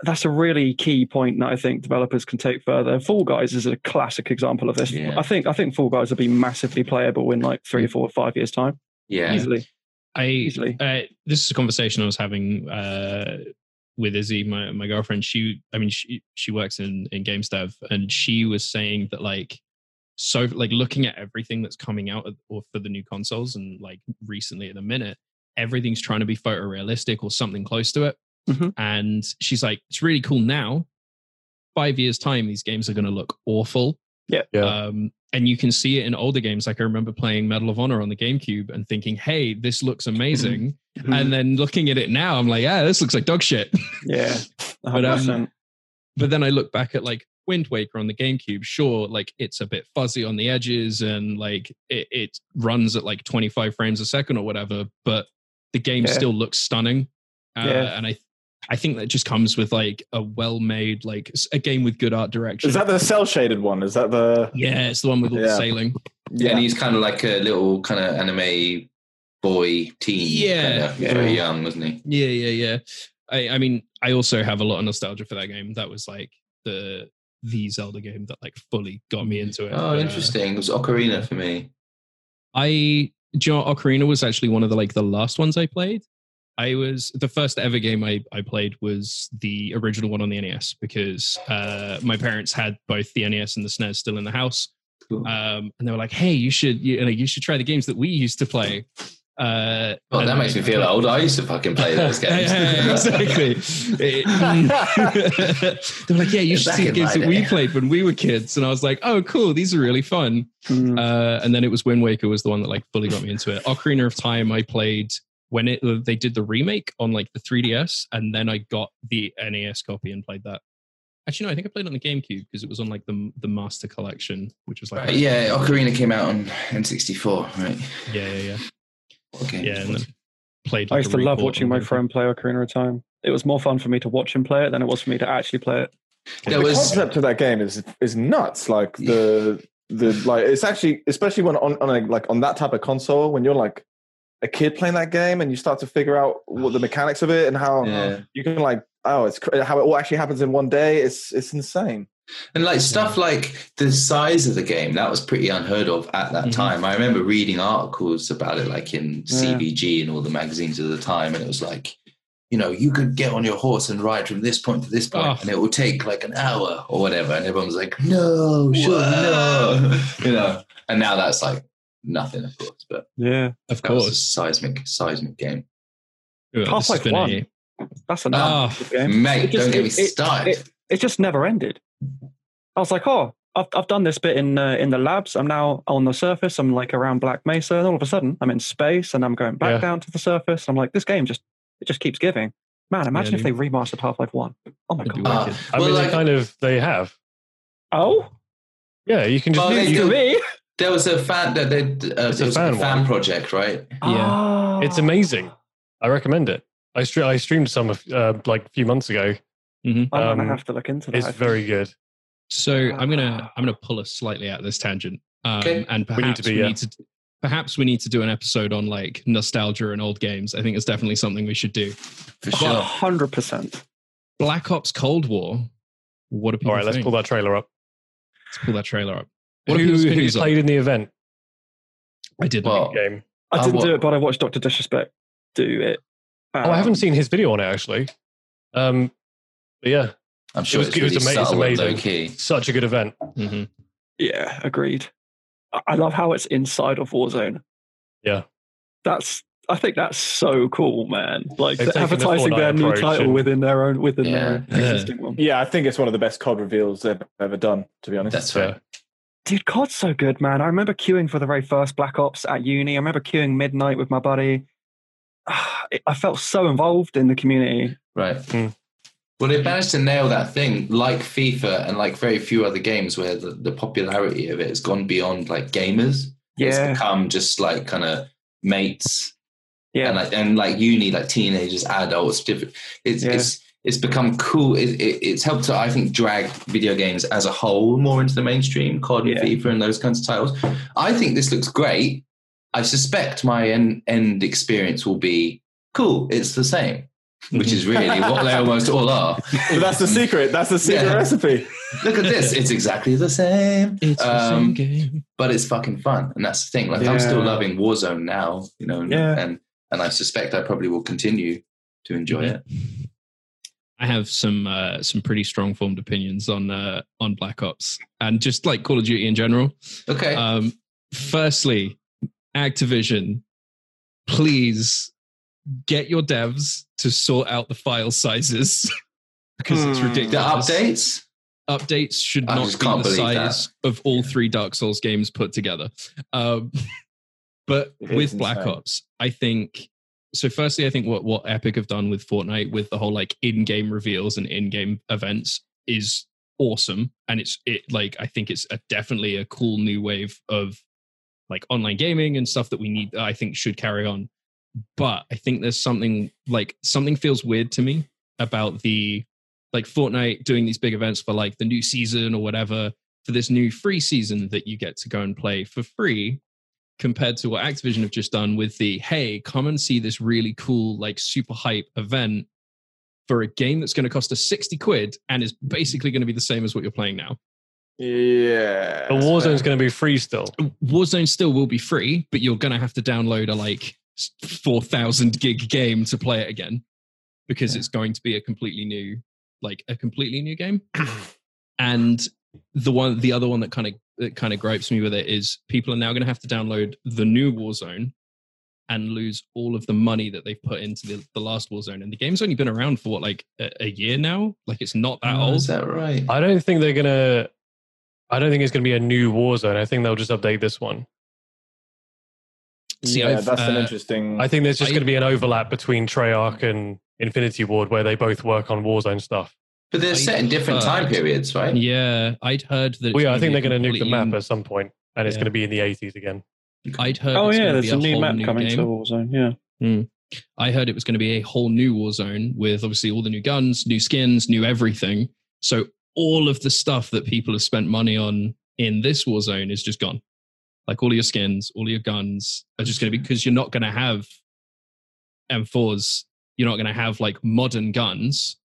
that's a really key point that I think developers can take further. Fall Guys is a classic example of this.
Yeah.
I think I think Fall Guys will be massively playable in like three,
Mm.
four, five years time.
yeah.
Easily,
I
easily.
uh, this is a conversation I was having uh, with Izzy, my, my girlfriend. She, I mean, she she works in in games dev, and she was saying that like so like looking at everything that's coming out of- or for the new consoles and like recently at the minute, everything's trying to be photorealistic or something close to it.
Mhm.
And she's like, it's really cool now. Five years time, these games are going to look awful.
Yeah.
Um, and you can see it in older games. Like I remember playing Medal of Honor on the GameCube and thinking, hey, this looks amazing.
Hmm.
and then looking at it now, I'm like, yeah, this looks like dog shit.
Yeah,
But, um,
100%.
but then I look back at like Wind Waker on the GameCube, sure, like it's a bit fuzzy on the edges and like it, it runs at like 25 frames a second or whatever, but the game
Yeah.
still looks stunning. Uh,
Yeah.
And I, I think that just comes with like a well-made, like s- a game with good art direction.
Is that the cell shaded one? Is that the
yeah, it's the one with all the
Yeah.
sailing.
And he's kind of like a little kind of anime boy teen.
Yeah.
kinda. He's very young, wasn't he?
Yeah, yeah, yeah. I, I mean, I also have a lot of nostalgia for that game. That was like the the Zelda game that like fully got me into it.
Oh,
But, uh,
interesting. It was Ocarina for me.
I do you know, Ocarina was actually one of the like the last ones I played. I was the first ever game I, I played was the original one on the NES because uh, my parents had both the NES and the SNES still in the house,
Cool.
um, and they were like, "Hey, you should you, like, you should try the games that we used to play." Uh, and
Well, Oh, that
I-
makes me feel old. I used to fucking play those
Hey,
games.
hey, exactly. It- mm. they were like, "Yeah, you should
Back
see the
in
games
my
that we
day.
played when we were kids," and I was like, "Oh, cool, these are really fun."
Mm.
uh, and then it was Wind Waker was the one that like fully got me into it. Ocarina of Time I played when it uh, they did the remake on like the 3DS, and then I got the NES copy and played that. Actually, no, I think I played it on the GameCube because it was on like the the Master Collection, which was like
Right, yeah, Ocarina came out on N64, right?
yeah, yeah, yeah,
Okay.
yeah, and then played.
I
like,
used
a
to love
report
watching
on
my
the- E
friend play Ocarina of Time. It was more fun for me to watch him play it than it was for me to actually play it.
There
the
was
concept of that game is is nuts. Like the the like it's actually especially when on, on a, like on that type of console when you're like a kid playing that game and you start to figure out what the mechanics of it and how
Yeah.
you can like oh it's cr- how it all actually happens in one day. It's it's insane.
And like stuff like the size of the game, that was pretty unheard of at
Mm-hmm.
that
Mhm.
time. I remember reading articles about it, like in CVG and all the magazines of the time, and it was like, you know, you could get on your horse and ride from this point to this point,
Oh.
and it will take like an hour or whatever. And everyone was like, no, sure, no, you know. And now that's like nothing, of course. But
Yeah,
Of
that was a
course,
seismic, seismic game,
Ooh, this has
Half-Life
been a-
1. that's another
Ah,
game.
mate.
It just-
don't get me
it- it-
started.
it just never ended. I was like, oh, I've, I've done this bit in uh, in the labs. I'm now on the surface. I'm like around Black Mesa, and all of a sudden, I'm in space, and I'm going back
Yeah.
down to the surface. I'm like, this game just it just keeps giving. Man, imagine if they remastered Half Life One. Oh my
That'd be
god!
wild.
Ah,
wicked.
I
well,
mean,
like,
they kind of they have.
Oh,
Yeah, you can just
Well,
you-
Oh, they
you
do.
to me,
there was a fan. There, there, uh,
It's a
there was
fan
a fan
one.
project, right?
Ah.
It's amazing. I recommend it. I, stre- I streamed some of, uh, like a few months ago.
I'm
Um,
gonna have to look into that.
It's very good.
So
Uh,
I'm gonna I'm gonna pull us slightly out of this tangent, um,
Okay.
and perhaps
We
we
need
need
to be, uh, yeah.
to- perhaps we need to do an episode on like nostalgia and old games. I think it's definitely something we should do.
For sure.
hundred percent.
Black Ops Cold War. What do people
All right, let's
think?
pull that trailer up.
Let's pull that trailer up. What
Who,
are people's
who
opinions on
played in the event
I did. not
Well,
game?
I
Uh,
didn't
what-
do it, but I watched Doctor Disrespect do it.
Oh, I haven't
Um,
seen his video on it actually. Um, but yeah,
I'm sure
was-
it's
it was
really
ama- it's
subtle and
amazing.
low key.
such a good event.
Mhm.
Yeah, agreed. I- I love how it's inside of Warzone.
Yeah.
That's I think that's so cool, man. Like
They've
they're
taken the
advertising their
Fortnite
new
approach
title
and-
within their own within their own
Yeah. Yeah.
existing one.
Yeah, I think it's one of the best COD reveals they've ever done. To be honest,
That's right.
Dude, COD's so good, man. I remember queuing for the very first Black Ops at uni. I remember queuing midnight with my buddy. Ah, it- I felt so involved in the community.
Right.
Mm.
Well, they managed to nail that thing, like FIFA and like very few other games, where the, the popularity of it has gone beyond like gamers. It's
Yeah,
become just like kind of mates and
yeah,
like and like uni, like teenagers, adults. diff- It's
Yeah.
it's it's become cool. It, it, it's helped to I think drag video games as a whole more into the mainstream. COD and
Yeah.
FIFA and those kinds of titles. I think this looks great. I suspect my end, end experience will be cool. It's the same, which is really what they almost all are.
So that's the secret. That's the secret
Yeah.
recipe.
Look at this. It's exactly the same,
It's the same
Um,
game.
but it's fucking fun. And that's the thing. Like I'm still
Yeah.
loving Warzone now, you know, and,
Yeah.
and, and I suspect I probably will continue to enjoy
Mm-hmm.
it.
I have some uh, some pretty strong formed opinions on uh, on Black Ops and just like Call of Duty in general.
Okay.
Um, firstly, Activision, please get your devs to sort out the file sizes because it's
Hmm. The
the
ridiculous.
updates?
updates should
I
not
just
be
can't
the
believe
size of all three Dark Souls games put together. Um, but
It is
with Black
insane.
Ops, I think so. Firstly, I think what what Epic have done with Fortnite with the whole like in-game reveals and in-game events is awesome and it's it like i think it's a, definitely a cool new wave of like online gaming and stuff that we need i think should carry on but i think there's something like something feels weird to me about the like fortnite doing these big events for like the new season or whatever for this new free season that you get to go and play for free compared to what activision have just done with the hey come and see this really cool like super hype event for a game that's going to cost us 60 quid and is basically going to be the same as what you're playing now.
Yeah.
The Warzone's going to be free still.
Warzone still will be free, but you're going to have to download a like 4,000 gig game to play it again because it's going to be a completely new, like a completely new game. and the one, the other one that kind of, that kind of gripes me with it is people are now going to have to download the new Warzone and lose all of the money that they've put into the, the last Warzone. And the game's only been around for what, like a, a year now? Like it's not that
Mm.
Oh,
old.
is that right?
I don't think they're going to. I don't think it's going to be a new Warzone. I think they'll just update this one.
See,
yeah,
I've,
that's an
uh,
interesting.
I think there's just
I-
going to be an overlap between Treyarch and Infinity Ward where they both work on Warzone stuff.
But they're
I
set in different time
heard-
periods, right?
Yeah, I'd heard that. it's
Well, yeah,
gonna
I think
be
they're
a
going to nuke the
completely-
map at some point, and it's
Yeah.
going to be in the 80s again.
I'd heard.
Oh
it's
yeah,
gonna
there's
be
a new
whole
map coming
game.
to Warzone. Yeah,
I heard it was going to be a whole new Warzone with obviously all the new guns, new skins, new everything. So all of the stuff that people have spent money on in this Warzone is just gone. Like all of your skins, all of your guns are just going to be because you're not going to have M4s. You're not going to have like modern guns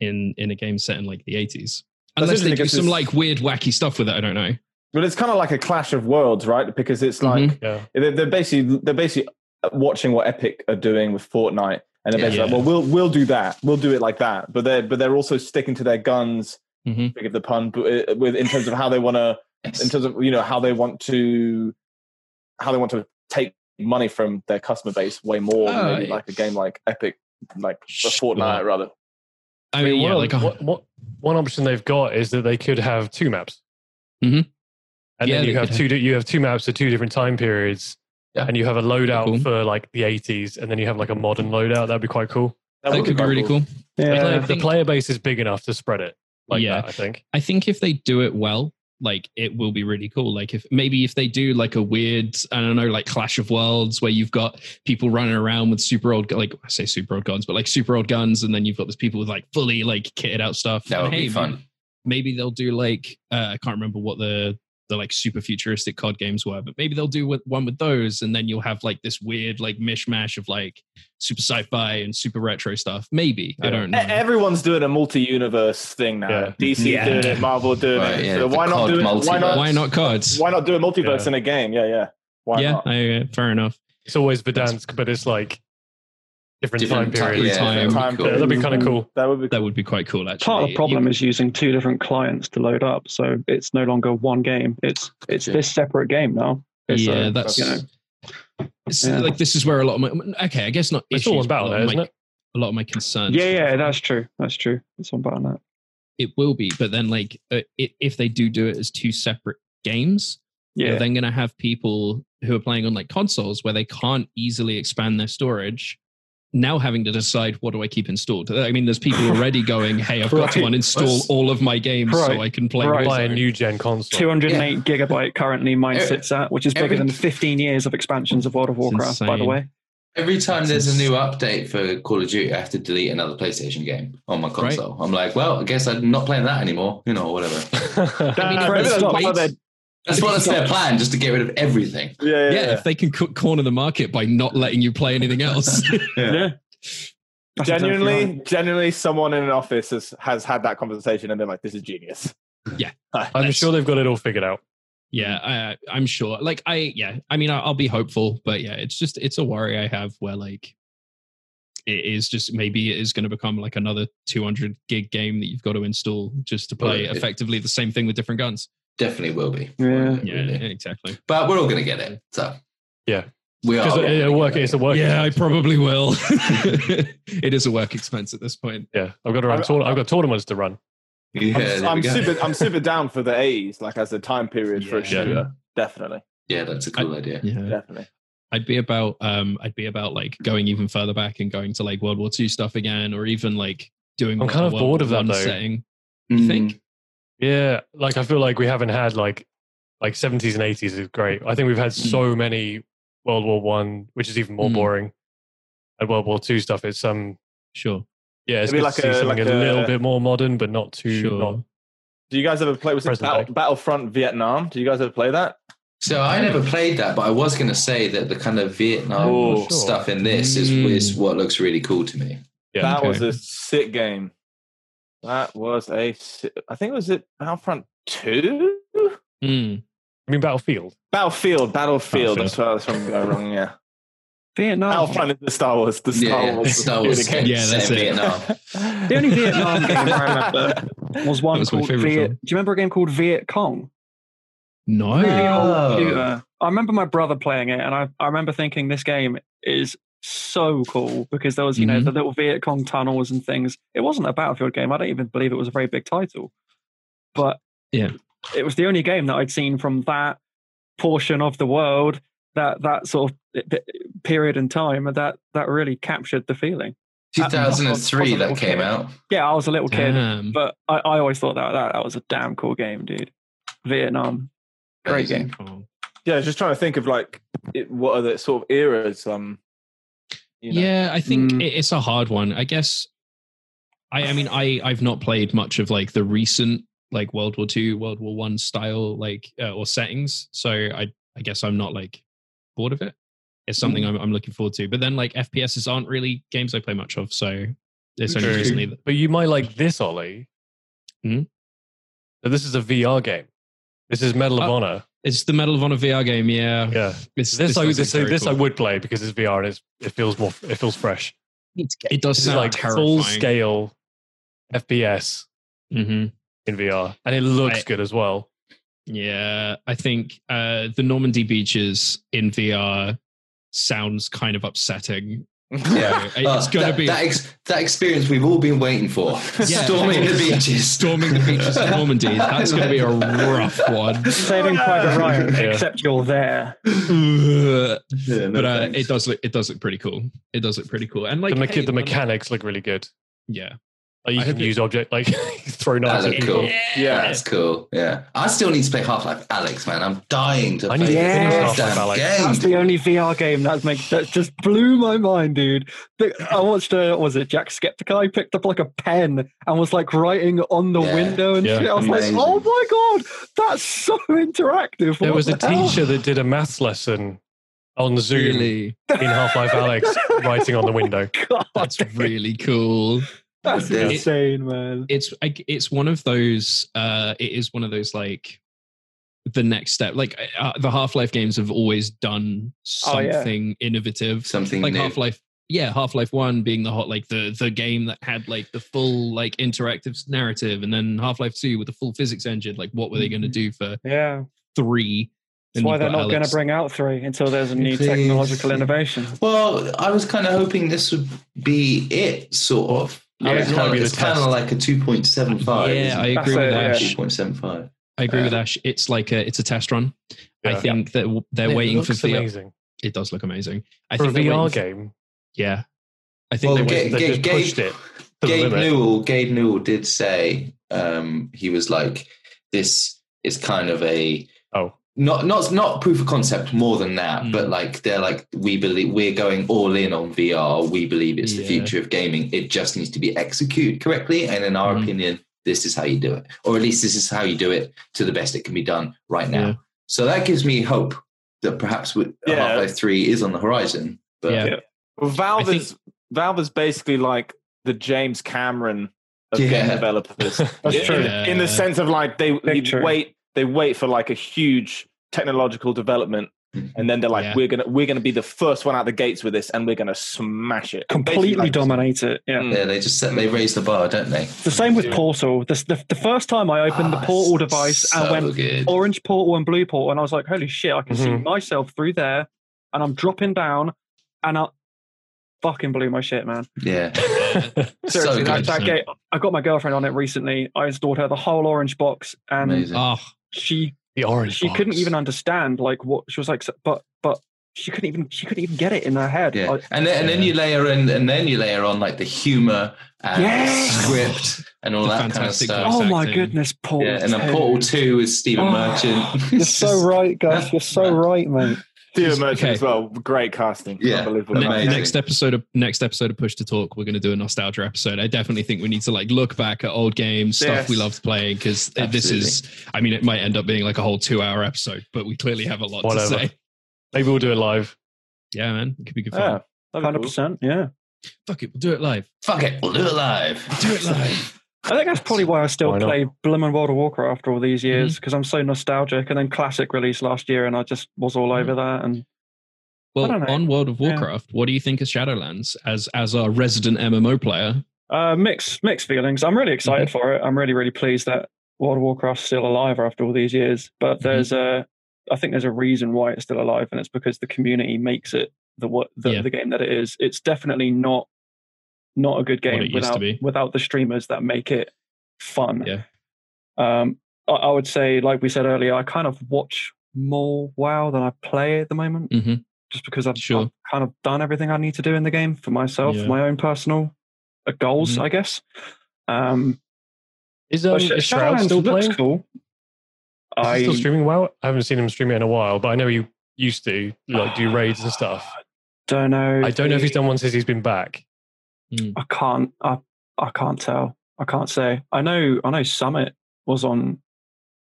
in in a game set in like the 80s.
That's
Unless they
interesting
do
'cause
some
it's-
like weird wacky stuff with it, I don't know.
But it's kind of like a clash of worlds, right? Because it's like
Yeah.
they're, they're basically they're basically watching what Epic are doing with Fortnite, and they're
Yeah.
basically like, well, we'll we'll do that, we'll do it like that. But they're but they're also sticking to their guns.
Mhm.
Forgive the pun, but uh, with in terms of how they want to in terms of you know how they want to how they want to take money from their customer base way more than
Oh,
maybe
yeah.
like a game like Epic, like
Sure.
Fortnite rather.
I mean, yeah,
one,
like a,
what, what- one option they've got is that they could have two maps,
Mhm.
and
Yeah,
then
they
you have
could
two di- you have two maps at two different time periods,
Yeah.
and you have a loadout
Cool.
for like the 80s, and then you have like a modern loadout. That'd be quite cool.
that,
would
could be
quite
really cool.
The
yeah.
player-
I
the
think-
player base is big enough to spread it like
Yeah.
that. I think.
I think if they do it well, like it will be really cool. Like if maybe if they do like a weird, I don't know, like Clash of Worlds where you've got people running around with super old, gu- like I say super old guns, but like super old guns, and then you've got those people with like fully like kitted out stuff.
That would
And
be
hey,
fun.
Maybe they'll do like uh, I can't remember what the the like super futuristic COD games were, but maybe they'll do with, one with those, and then you'll have like this weird like mishmash of like super sci-fi and super retro stuff. Maybe I
Yeah.
don't
E-
know.
Everyone's doing a multi-universe thing now.
Yeah.
DC
Yeah.
doing it, Marvel doing
Right,
it.
yeah,
so
the
why not
COD
do it? Why not?
multiverse.
Why not CODs?
Why not do a multiverse
Yeah.
in a game? Yeah, yeah. Why
yeah,
not?
I, uh, fair enough.
It's always Verdansk, but it's like different,
Different
time
time-
periods.
yeah,
Time.
Time
Yeah, that'd be kind of cool.
That would be.
That would be quite cool, actually.
Part of the problem
You-
is using two different clients to load up, so it's no longer one game. It's it's
Gotcha.
this separate game now. It's
yeah,
a-
that's
you know,
it's
yeah.
like this is where a lot of my okay, I guess not.
It's all
issues, but
about
a lot
that,
of
isn't
my,
it?
A lot of my concerns.
yeah, yeah, that's true. That's true. It's on about that.
It will be, but then like uh, it, if they do do it as two separate games,
Yeah,
you're then going to have people who are playing on like consoles where they can't easily expand their storage. Now having to decide what do I keep installed. I mean, there's people already going, "Hey, I've got to
Right.
uninstall all of my games
Right.
so I can play."
Right.
Buy a
Warzone."
new gen console.
two hundred and eight gigabyte currently mine
Every-
sits at, which is bigger
every-
than fifteen years of expansions of World of
It's
Warcraft. By the
insane.
way,
Every time
That's
there's a new update for Call of Duty, I have to delete another PlayStation game on my
Right.
console. I'm like, well, I guess I'm not playing that anymore, you know, or whatever.
I mean,
Uh,
if
maybe
they
that's not
wait-
what they-
That's what that's their plan, just to get rid of everything.
yeah, yeah,
yeah,
yeah.
if they can co- corner the market by not letting you play anything else.
That's exactly
genuinely,
right.
genuinely, someone in an office has, has had that conversation, and they're like, "This is genius."
I'm
Let's-
sure they've got it all figured out.
yeah I, i'm sure like i yeah i mean I'll, I'll be hopeful but yeah it's just it's a worry i have where like it is just maybe it is going to become like another 200 gig game that you've got to install just to play
Well, it-
effectively the same thing with different guns
Definitely will be.
Yeah.
yeah
Really.
exactly
But we're all going to get it. So,
Yeah.
We are.
Because
all
it, it'll
gonna
work,
get
it's a work.
yeah i probably will it is a work expense at this point
Yeah, I've got to run.
I-
tour- I've got tournaments to run.
Yeah,
I'm,
there we
I'm
go.
super. I'm super down for the 80s, like as a time period for a
Yeah.
shooter. Definitely,
Yeah, that's a cool idea.
yeah
definitely.
I'd be about um I'd be about like going even further back and going to like World War II stuff again, or even like doing.
I'm
what
kind
the
of
World
bored of
War One
that, though.
Setting. You think?
Yeah, like I feel like we haven't had like like seventies and eighties is great. I think we've had so many World War One, which is even more
Mm.
boring, and World War Two stuff. It's um
Sure,
yeah, it's
Maybe
good
like
to see
a-
something
like
a, little
a-
bit more modern, but not too
sure.
not
Do you guys ever play was it
Present
Battle,
day.
Battlefront Vietnam? Do you guys ever play that?
So I never played that, but I was going to say that the kind of Vietnam
Oh,
sure.
stuff in this is,
Mm.
is what looks really cool to me.
Yeah,
that
okay.
was a sick game. That was a. si- I think was it Battlefront Two.
Hmm.
Mm.
I mean Battlefield.
Battlefield, Battlefield.
Battlefield.
That's where that's where I'm going wrong. Yeah,
Vietnam.
Battlefront is the Star Wars. The Star
yeah,
Wars.
Star Wars game.
computer game.
Yeah, that's
set in
it.
Vietnam.
The only Vietnam game I remember was one
was my
called
favourite
Viet.
film.
Do you remember a game called Viet Cong?
No.
Oh.
computer. uh, I remember my brother playing it, and I, I remember thinking this game is so cool because there was you know
Mhm.
the little Viet Cong tunnels and things. It wasn't a Battlefield game. I don't even believe it was a very big title, but
Yeah.
it was the only game that I'd seen from that portion of the world that that sort of i- i- period in time and that that really captured the feeling.
2003 that came out.
Yeah, I was a little kid,
Damn.
but I, I always thought that, that that was a damn cool game, dude. Vietnam, great
Amazing.
game.
Oh.
Yeah, I was just trying to think of like it, what are the sort of eras. Um, you know.
Yeah, I think
Mm.
it it's a hard one. I guess. I, I mean, I I've not played much of like the recent like World War Two, World War One style like uh, or settings, so I I guess I'm not like bored of it. It's something
Mm.
I'm I'm looking forward to. But then like FPSs aren't really games I play much of, so it's only
True.
recently that
But you might like this, Ollie.
Hmm?
So this is a VR game. This is Medal of
Oh.
Honor.
it's the Medal of Honor VR game. Yeah,
Yeah,
This
this I
sounds,
this,
like, very
this I
cool.
would play because it's VR and it's, it feels more it feels fresh.
It does
This is
sound
like
terrifying.
full scale FPS
Mm-hmm.
in VR, and it looks
I-
good as well.
Yeah, I think uh, the Normandy beaches in VR sounds kind of upsetting.
Yeah.
So, it's
Oh,
gonna
that,
be
that, ex- that experience we've all been waiting for.
Yeah.
Storming the beaches.
storming the beaches of Normandy. That's going to be a rough one.
Saving Private Ryan,
Yeah.
except you're there.
but
Yeah, no
uh,
thanks.
it does look it does look pretty cool. It does look pretty cool. And like
the, mecha-
hey,
the
why not?
mechanics look really good.
Yeah,
Like you
I
can
hope it-
use object like throw knives
That
at
looked
people.
cool.
Yeah.
That's cool. Yeah. I still need to play Half Life Alex, man. I'm dying to
I
play
need to
this
finish
damn
Half-Life Alyx.
game.
That's the only VR game that makes that just blew my mind, dude. The- I watched uh, what was it Jack Skepticai picked up like a pen and was like writing on the
Yeah.
window and
Yeah.
shit. I was
Amazing.
like, oh my god, that's so interactive.
There
What
was a
the hell?
teacher that did a maths lesson on Zoom
really,
in Half Life Alex writing on the window.
God,
that's really cool.
that's
Yeah.
insane, man.
It's I, it's one of those. uh It is one of those like the next step. Like uh, the Half Life games have always done
Oh, yeah.
something innovative.
Something
like
new.
Half Life. Yeah, Half Life One being the hot like the the game that had like the full like interactive narrative, and then Half Life Two with the full physics engine. Like, what were they going to do for
Yeah,
three?
that's
And
why
you've
they're
got
not going to
Alex.
bring out three until there's a new
Please.
technological innovation.
Well, I was kind of hoping this would be it, sort of.
Yeah,
it's
it
kind
might
of,
be the
it's kind of
test.
like a 2.75.
Yeah, I
That's
agree with
it, yeah.
Ash.
2.75.
I agree with
Uh,
Ash. It's like a it's a test run. I
Yeah.
think that w- they're
It
waiting for
looks
VR.
amazing
It does look amazing. I
for a
think they're
VR
waiting-
game.
Yeah, I think
Well,
they're
Ga-
waiting.
They
Ga-
just pushed
Gabe-
it to the
Gabe
limit.
Newell, Gabe Newell did say um, he was like, "This is kind of a
Oh.
not not not proof of concept more than that,
Hmm.
Mm.
but like they're like we believe we're going all in on VR. We believe it's the
Yeah.
future of gaming. It just needs to be executed correctly, and in our
Hmm.
Mhm.
opinion, this is how you do it, or at least this is how you do it to the best it can be done right now.
Yeah.
So that gives me hope that perhaps with
Yeah.
Half Life Three is on the horizon. But
Yeah.
Well, Valve
I think-
is Valve is basically like the James Cameron of
Yeah.
game developers.
That's
in,
true.
In the sense of like they
Big
you
true.
wait, they wait for like a huge technological development,
Mm-hmm.
and then they're like,
Yeah.
we're gonna we're gonna be the first one out the gates with this, and we're gonna smash it.
Completely
Basically, like-
dominate it. Yeah.
Mm.
yeah, they just set, they raise the bar, don't they?
The same with
Yeah.
Portal. The, the, the first time I opened
Ah,
the Portal device and
so
went
good.
orange portal and blue portal, and I was like, "Holy shit! I can see
Mhm.
myself through there," and I'm dropping down, and I fucking blew my shit, man.
Yeah.
Seriously,
so
that,
good.
that game. I got my girlfriend on it recently. I installed her the whole orange box, and
Amazing.
Oh,
she
the orange.
she
box.
couldn't even understand like what she was like. "So- But but she couldn't even she couldn't even get it in her head.
Yeah.
I-
and then and then you
uh,
layer in and then you layer on like the humor and
Yes!
script and all
The
that kind of
fantastic
stuff.
voice.
oh my
acting.
goodness, Paul.
Yeah, and then
Tim.
Portal Two with Stephen
Oh,
Merchant.
You're so right, guys. You're so right, mate.
Theo Merchant
okay.
as well. Great casting.
Yeah.
Unbelievable.
Amazing.
Ne- next episode of next episode of Push to Talk, we're going to do a nostalgia episode. I definitely think we need to like look back at old games, stuff we
Yes.
loved playing, because this is. I mean, it might end up being like a whole two-hour episode, but we clearly have a lot
Whatever.
to say.
Maybe we'll do it live.
Yeah, man, it could be good fun.
Yeah. That'd be
Hundred
cool.
percent. Yeah.
Fuck it, we'll do it live.
Fuck it, we'll do it live.
Do it live.
I think that's probably why I still
Why not? Mm-hmm.
play Bloomin' World of Warcraft all these years because I'm so nostalgic. And then Classic released last year, and I just was all
Mm-hmm.
over that. And
Well,
don't know.
on World of
Yeah.
Warcraft, what do you think of Shadowlands as as our resident MMO player?
uh, mixed mixed feelings. I'm really excited
Mm-hmm.
for it. I'm really really pleased that World of Warcraft's still alive after all these years. But
Mhm.
there's a, I think there's a reason why it's still alive, and it's because the community makes it the what the,
Yeah.
the game that it is. It's definitely not not a good
it
game
used to
without
be.
without the streamers that make it fun.
Yeah.
Um, I, I would say, like we said earlier, I kind of watch more WoW than I play at the moment
Mm-hmm.
just because I've,
Sure.
I've kind of done everything I need to do in the game for myself,
Yeah.
my own personal uh, goals,
Mm-hmm.
Mhm.
I guess. Um,
Is, um,
but Sh-
is Shroud
Shadowlands
still
looks
playing?
cool.
Is he
I
still streaming WoW? I haven't seen him stream it in a while, but I know he used to like do raids and stuff.
don't know.
I don't know if he's
the-
done one since he's been back.
I can't. I, I can't tell. I can't say. I know. I know. Summit was on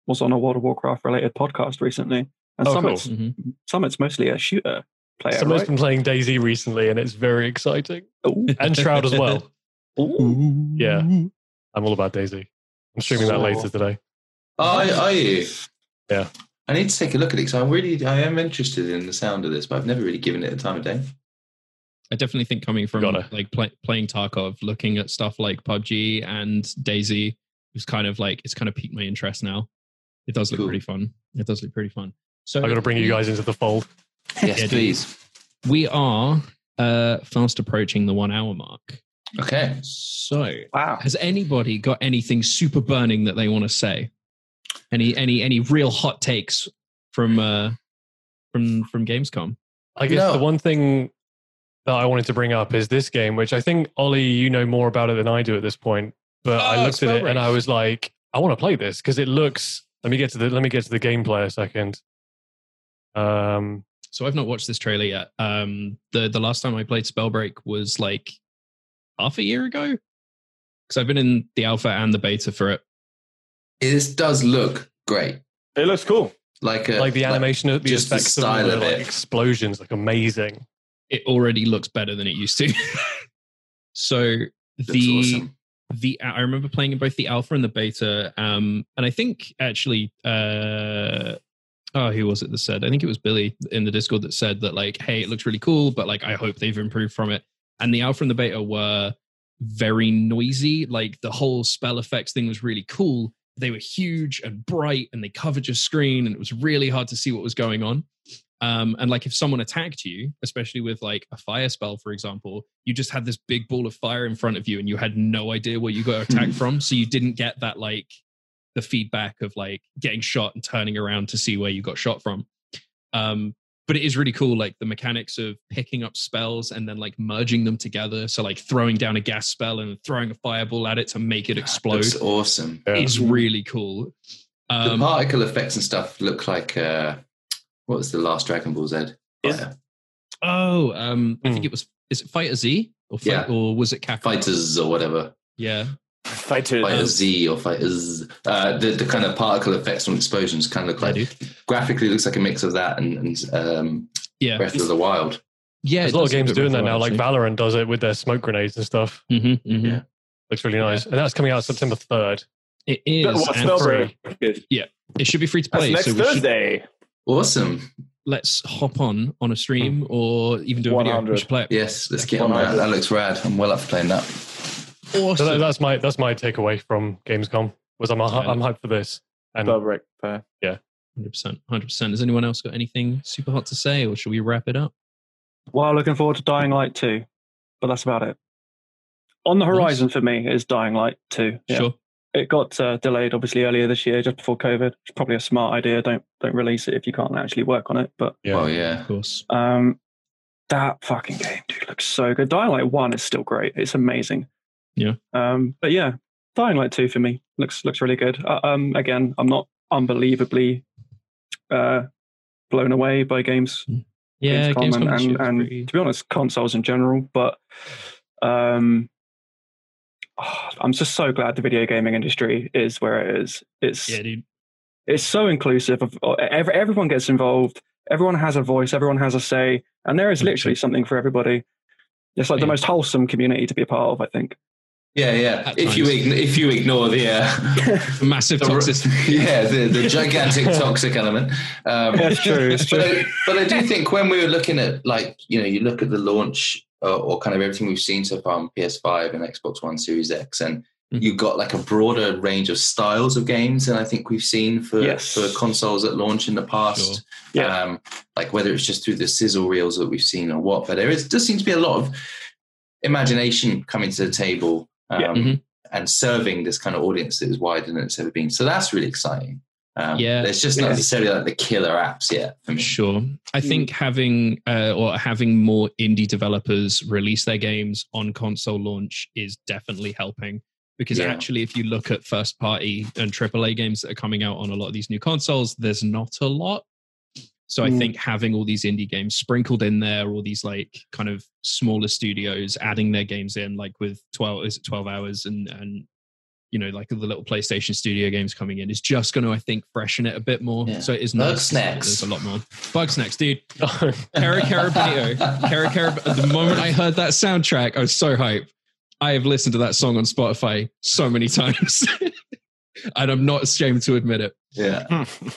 was on a World of Warcraft related podcast recently, and
Oh,
Summit's
cool.
Mhm.
Summit's mostly a shooter player, Oh,
Someone's
right?
been playing Daisy recently, and it's very exciting.
Ooh.
And Shroud as well.
Ooh.
Yeah. I'm all about Daisy. I'm streaming that later today.
Oh, are, are you?
Yeah.
I need to take a look at it because I really I am interested in the sound of this, but I've never really given it a time of day.
I definitely think coming from
Gotta.
like play, playing Tarkov, looking at stuff like PUBG and Daisy was kind of like it's kind of piqued my interest now. It does look
Cool.
pretty fun. It does look pretty fun. So
i am going to bring you guys into the fold.
Yes,
dude.
please.
We are uh, fast approaching the one hour mark.
Okay.
So
Wow.
has anybody got anything super burning that they want to say? Any any any real hot takes from uh, from from Gamescom?
I guess
No.
the one thing that I wanted to bring up is this game, which I think Ollie, you know more about it than I do at this point. But
Oh,
I looked at
Spell
it and I
Race.
was like, I want to play this because it looks. Let me get to the let me get to the gameplay a second. Um,
So I've not watched this trailer yet. Um, the the last time I played Spellbreak was like half a year ago, because I've been in the alpha and the beta for it.
This does look great.
It looks cool.
Like a,
like the animation, the
just the
effects
style
of, all
of
the, like,
it.
explosions, like amazing.
It already looks better than it used to. so
looks
the
awesome.
the uh, I remember playing in both the alpha and the beta. Um, and I think actually, uh, oh, who was it that said? I think it was Billy in the Discord that said that like, hey, it looks really cool, but like, I hope they've improved from it. And the alpha and the beta were very noisy. Like the whole spell effects thing was really cool. They were huge and bright, and they covered your screen, and it was really hard to see what was going on. Um, and like if someone attacked you, especially with like a fire spell, for example, you just had this big ball of fire in front of you and you had no idea where you got attacked from. So you didn't get that like the feedback of like getting shot and turning around to see where you got shot from. Um, but it is really cool, like the mechanics of picking up spells and then like merging them together. So like throwing down a gas spell and throwing a fireball at it to make it explode
Looks awesome.
Yeah.
is really cool.
The
Um,
particle effects and stuff look like uh, what was the last Dragon Ball Z?
Is-
Fighter.
oh, um, I
Hmm.
think it was is it Fighter Z or Fi-
Yeah.
or was it Kakarot?
Fighters or whatever.
Yeah.
Fighters.
Fighter Z or Fighter Z. Uh, the, the kind of particle effects from explosions kind of look
I do.
like graphically looks like a mix of that and, and um,
Yeah.
Breath of the Wild.
Yeah,
There's a lot of games doing that now. Like Valorant does it with their smoke grenades and stuff.
mm-hmm,
Yeah.
Looks really nice, and that's coming out September third.
it is.
Well,
and
Spellbreak.
free. It should be free to
That's
play.
next
so we should,
Thursday.
Awesome.
let's hop on on a stream or even do a video. We
100.
should play it.
Yes, let's get on that. That looks rad. I'm well up for playing that.
So that,
Awesome.
that's my that's my takeaway from Gamescom was I'm hy- I'm hyped for this. And
Spellbreak. Fair.
Hundred percent. Hundred percent. Has anyone else got anything super hot to say, or should we wrap it up?
Well, looking forward to Dying Light 2, but that's about it. On the
Nice.
horizon for me is Dying Light 2. Yeah.
Sure.
it got uh, delayed obviously earlier this year, just before COVID. It's probably a smart idea. Don't don't release it if you can't actually work on it. But
Yeah.
Well, yeah.
Of course.
um, that fucking game, dude, looks so good. Dying Light One is still great. It's amazing.
Yeah.
Um, but yeah, Dying Light Two for me looks looks really good. Uh, um, again, I'm not unbelievably uh blown away by games
Yeah,
Gamescom
Gamescom this year
and,
was
and,
pretty-
and to be honest, consoles in general. But um, oh, I'm just so glad the video gaming industry is where it is. It's
yeah, dude.
it's so inclusive. Of uh, every, everyone gets involved. Everyone has a voice. Everyone has a say, and there is literally something for everybody. It's like the
Yeah.
most wholesome community to be a part of. I think.
Yeah, yeah.
At
If you
times.
ign- if you ignore the uh,
Massive
the-
toxicity.
yeah, the, the gigantic toxic element. Um,
That's true. It's
but,
true.
I, but I do think when we were looking at like you know you look at the launch uh, or kind of everything we've seen so far on PS5 and Xbox One Series X, and
Mm-hmm.
Mhm.
you've got like a broader range of styles of games than I think we've seen for
Yes.
for consoles at launch in the past.
Sure.
Yeah.
Um, like whether it's just through the sizzle reels that we've seen or what, but there is does seem to be a lot of imagination coming to the table. Um,
Yeah. Mm-hmm.
Mhm.
And serving this kind of audience that is wider than it's ever been, so that's really exciting. Um,
Yeah.
there's just not
Yeah.
necessarily like the killer apps yet for me. Mm-hmm.
Sure. I
Mm.
think having uh, or having more indie developers release their games on console launch is definitely helping because
Yeah.
actually if you look at first party and AAA games that are coming out on a lot of these new consoles, there's not a lot. So I
Mm.
think having all these indie games sprinkled in there, all these like kind of smaller studios adding their games in, like with twelve is it twelve hours and and you know like the little PlayStation Studio games coming in, is just going to I think freshen it a bit more.
Yeah.
So it is
Bug
nice. that
snacks.
There's a lot more bug snacks, dude. Cara Carabito. Cara Carab- the moment I heard that soundtrack, I was so hyped. I have listened to that song on Spotify so many times. and I'm not ashamed to admit it.
Yeah.
Hmm.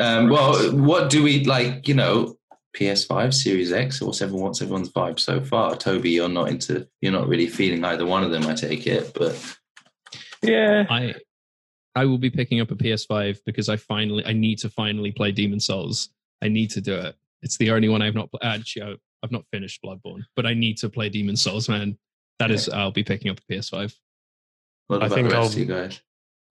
um, well, what do we like? You know, PS5, Series X, or what's everyone what's everyone's vibe so far? Toby, you're not into, you're not really feeling either one of them. I take it, but
yeah.
I I will be picking up a PS5 because I finally I need to finally play Demon Souls. I need to do it. It's the only one I've not pl- actually I- I've not finished Bloodborne, but I need to play Demon Souls, man. That is I'll be picking up a PS5.
what
I
about
think
the rest
I'll-
of you guys?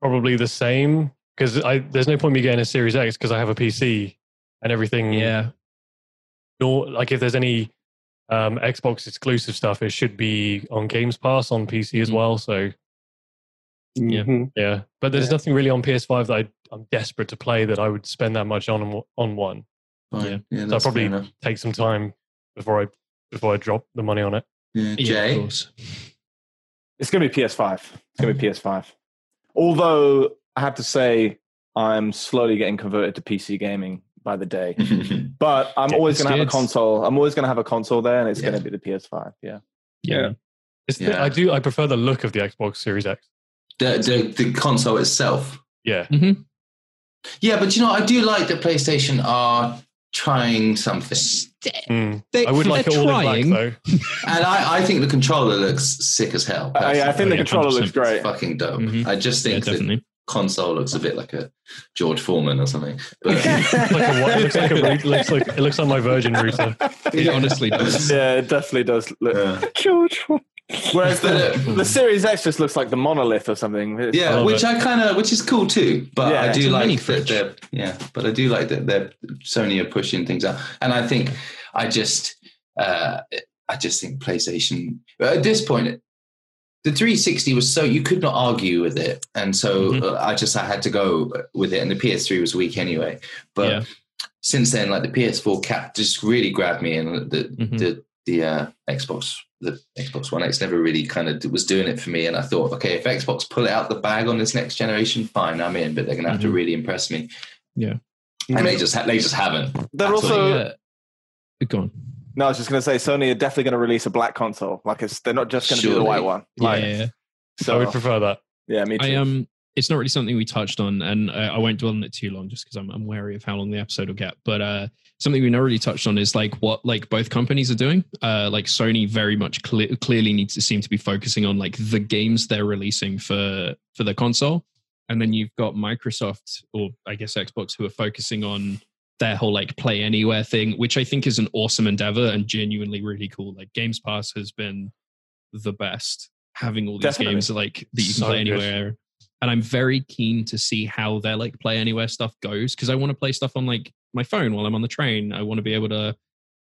Probably the same because I there's no point me getting a Series X because I have a PC and everything.
Yeah.
Nor like if there's any um, Xbox exclusive stuff, it should be on Games Pass on PC as
Mm.
well. So
Yeah.
Mhm.
yeah, but there's
Yeah.
nothing really on PS5 that I, I'm desperate to play that I would spend that much on on one.
Fine. Yeah,
So
that's
probably-
fair enough.
Take some time before I before I drop the money on it.
Yeah.
Yeah, of
Jay,
course.
It's going to be PS5. It's going to be PS5. Although I have to say, I'm slowly getting converted to PC gaming by the day.
Mm.
But I'm
Yeah,
always
it's
going to have a
good.
console. I'm always going to have a console there, and it's
Yeah.
going to be the PS5. Yeah.
yeah.
It's the-
Yeah.
I do I prefer the look of the Xbox Series X.
the, the the console itself.
Yeah,
Yeah, but you know, I do like that PlayStation are trying something,
Mm.
They,
I would like it
they're
all in
trying.
black though.
and I, I think the controller looks sick as hell.
I, I think the
yeah,
controller looks
100%.
great.
fucking dope.
Mhm.
I just
Yeah,
think the
definitely.
console looks a bit like a George Foreman or something. But
It's like a, wa- it looks like a root- looks like it looks like my Virgin router.
It honestly does.
Yeah, it definitely does look.
Yeah.
George.
Whereas the,
But,
the Series X just looks like the monolith or something. It's-
yeah,
I love
which I kind of, which is cool too. But
Yeah,
I
it's
do
a mini
like that
fridge.
they're, yeah, but I do like that they're Sony are pushing things out, and I think I just, uh, I just think PlayStation uh, at this point. The 360 was so you could not argue with it, and so
Mm-hmm.
Mhm.
uh, I just I had to go with it. And the PS3 was weak anyway, but
Yeah.
since then, like the PS4 cap just really grabbed me, and the
Mm-hmm.
Mhm.
the the uh, Xbox the Xbox One X never really kind of was doing it for me. And I thought, okay, if Xbox pull it out the bag on this next generation, fine, I'm in. But they're gonna have to
Mhm.
really impress me.
Yeah.
and they just ha- they just haven't.
They're also
So, yeah. Go on.
no. I was just going to say Sony are definitely going to release a black console. Like it's they're not just going to do the
Surely.
white one. Like,
yeah.
I
So
would prefer that.
yeah, me too.
I um, it's not really something we touched on, and uh, I won't dwell on it too long, just because I'm I'm wary of how long the episode will get. But uh, something we never really touched on is like what like both companies are doing. Uh, like Sony very much cle- clearly needs to seem to be focusing on like the games they're releasing for for the console, and then you've got Microsoft or I guess Xbox who are focusing on their whole like play anywhere thing, which I think is an awesome endeavor and genuinely really cool. Like Games Pass has been the best having all these
Definitely.
games like that you can
So
play
good.
anywhere and I'm very keen to see how their like play anywhere stuff goes because I want to play stuff on like my phone while I'm on the train. I want to be able to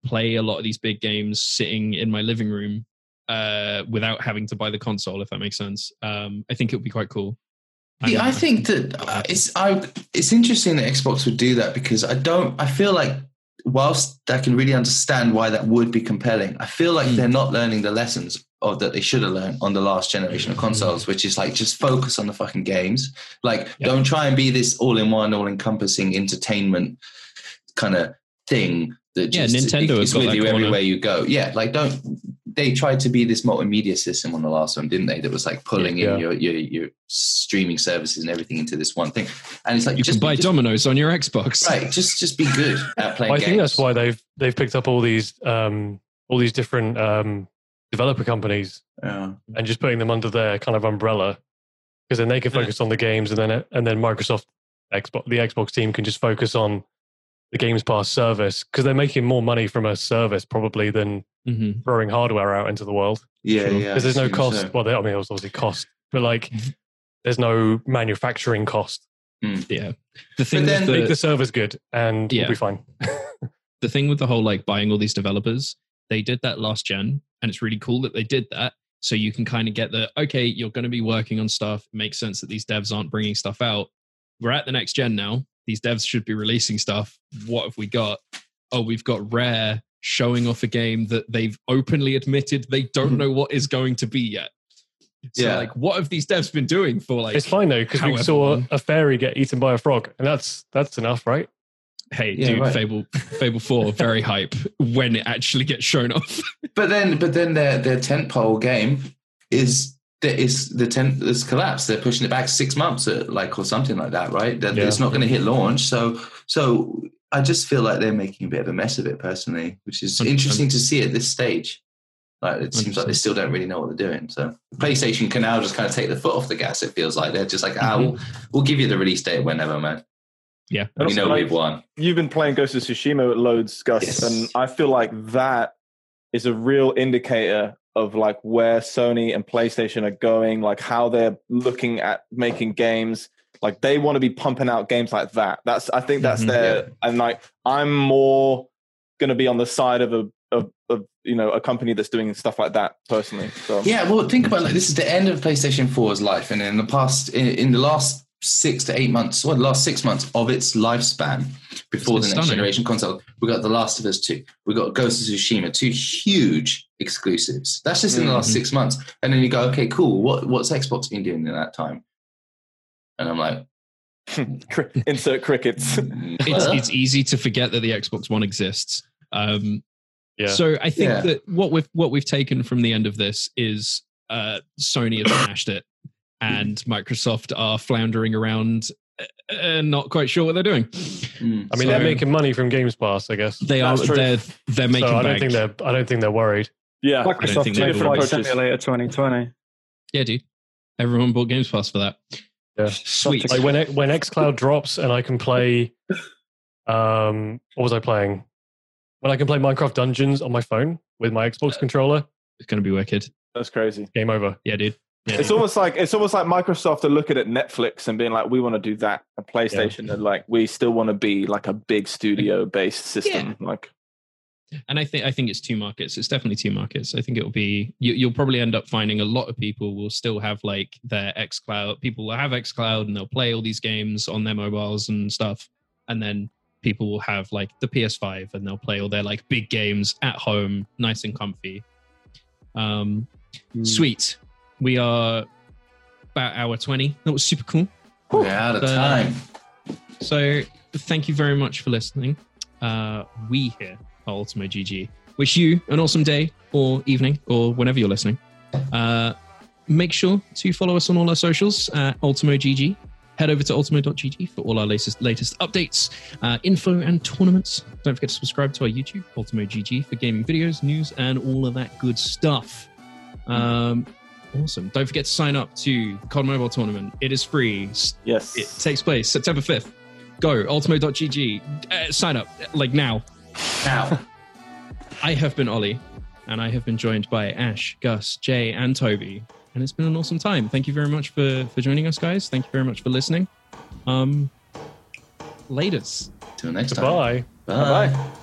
play a lot of these big games sitting in my living room uh, without having to buy the console, if that makes sense. Um, I think it would be quite cool.
Yeah,
I'm-
I think that uh, it's I, it's interesting that Xbox would do that because I don't. I feel like whilst I can really understand why that would be compelling, I feel like
Mm.
they're not learning the lessons or that they should have learned on the last generation of
Hmm.
consoles, which is like just focus on the fucking games. Like,
Yeah.
don't try and be this all-in-one, all-encompassing entertainment kind of thing that
Yeah,
just
Nintendo has
is
got
with
that
you
corner.
everywhere you go. Yeah, like don't. They tried to be this multimedia system on the last one, didn't they? That was like pulling
Yeah.
in your, your your streaming services and everything into this one thing. And it's like
you
just
can buy
just,
Domino's on your Xbox.
right, just just be good at playing.
I think that's
games.
why they've they've picked up all these um, all these different um, developer companies
Yeah.
and just putting them under their kind of umbrella because then they can focus on the games and then and then Microsoft Xbox the Xbox team can just focus on the Games Pass service because they're making more money from a service probably than
hmm
throwing hardware out into the world
Yeah,
Sure.
yeah.
because there's
I
no
assume
cost.
so.
Well, there, I mean, there's obviously cost, but like
Mm-hmm.
there's no manufacturing cost.
Yeah. The thing with
But then-
the-
Make the service good and
Yeah.
we'll be fine.
the thing with the whole like buying all these developers, they did that last gen, and it's really cool that they did that. So you can kind of get the okay, you're going to be working on stuff. It makes sense that these devs aren't bringing stuff out. We're at the next gen now. These devs should be releasing stuff. What have we got? Oh, we've got Rare showing off a game that they've openly admitted they don't know what is going to be yet. So,
Mm-hmm. Yeah.
like, what have these devs been doing for like?
it's fine though because we
however
saw
long.
a fairy get eaten by a frog, and that's that's enough, right?
Hey,
Yeah,
dude,
right.
Fable, Fable Four, very hype when it actually gets shown off.
But then, but then their their tentpole game is that is the tent is collapsed. They're pushing it back six months, uh, like or something like that, right? That
Yeah.
it's not going to hit launch. So, so I just feel like they're making a bit of a mess of it personally, which is
Hundred
interesting to see at this stage. Like it seems like they
Understand.
still don't really know what they're doing. So PlayStation can now just kind of take the foot off the gas. It feels like they're just like, ah, we'll, we'll give you the release date whenever, man.
Yeah.
we know
Like-
we've won.
You've been playing Ghost of Tsushima at loads, Gus,
Yes.
and I feel like that is a real indicator of like where Sony and PlayStation are going, like how they're looking at making games. Like they want to be pumping out games like that. That's I
Mm-hmm.
think that's
Mhm.
their and like I'm more gonna be on the side of a of, of you know a company that's doing stuff like that personally. So
Yeah, well, think about like this is the end of PlayStation 4's life, and in the past, in, in the last six to eight months, well, the last six months of its lifespan before the
It's
next
been stunning.
generation console, we got The Last of Us 2, we got Ghost of Tsushima, two huge exclusives. That's just in the last
Mhm.
six months, and then you go, okay, cool. What what's Xbox been doing in that time? And I'm like, "Mm,
cri- insert crickets.
it's,
well,
it's easy to forget that the Xbox One exists. Um,
Yeah.
So I think
Yeah.
that what we've what we've taken from the end of this is uh, Sony has smashed it, and Microsoft are floundering around, uh, uh, not quite sure what they're doing.
mm.
I mean,
So-
they're making money from Games Pass, I guess.
They are
That's true.
they're they're making.
so I don't
bank.
think they're I don't think they're worried.
yeah.
don't
Microsoft
think
did
they've
Flight
approached this.
Simulator 2020.
yeah, dude. Everyone bought Games Pass for that.
Yeah.
Sweet.
Like when X- when XCloud drops and I can play, um, what was I playing? When I can play Minecraft Dungeons on my phone with my Xbox controller,
It's gonna be wicked.
That's crazy.
game over.
Yeah, dude. Yeah,
It's
dude.
almost like it's almost like Microsoft are looking at Netflix and being like, we want to do that. And PlayStation are like, we still want to be like a big studio based system. Like,
and I think I think it's two markets. It's definitely two markets. I think it'll be you, you'll probably end up finding a lot of people will still have like their XCloud. People will have XCloud and they'll play all these games on their mobiles and stuff. And then people will have like the PS5 and they'll play all their like big games at home, nice and comfy. Um, sweet. We are about hour twenty. That was super cool.
we're out of
Uh,
time.
So thank you very much for listening. Uh, we here at Ultimo GG wish you an awesome day or evening or whenever you're listening. Uh, make sure to follow us on all our socials at Ultimo GG. Head over to ultimo.gg for all our latest latest updates, uh, info, and tournaments. Don't forget to subscribe to our YouTube, Ultimo GG, for gaming videos, news, and all of that good stuff. Um, awesome. Don't forget to sign up to the COD Mobile Tournament. It is free. S-
yes.
it takes place September 5th. Go, ultimo.gg. Uh, sign up, like now.
Now,
I have been Ollie, and I have been joined by Ash, Gus, Jay, and Toby. and it's been an awesome time. Thank you very much for for joining us, guys. Thank you very much for listening. Um, latest.
Till next time.
Goodbye.
Bye.
Bye.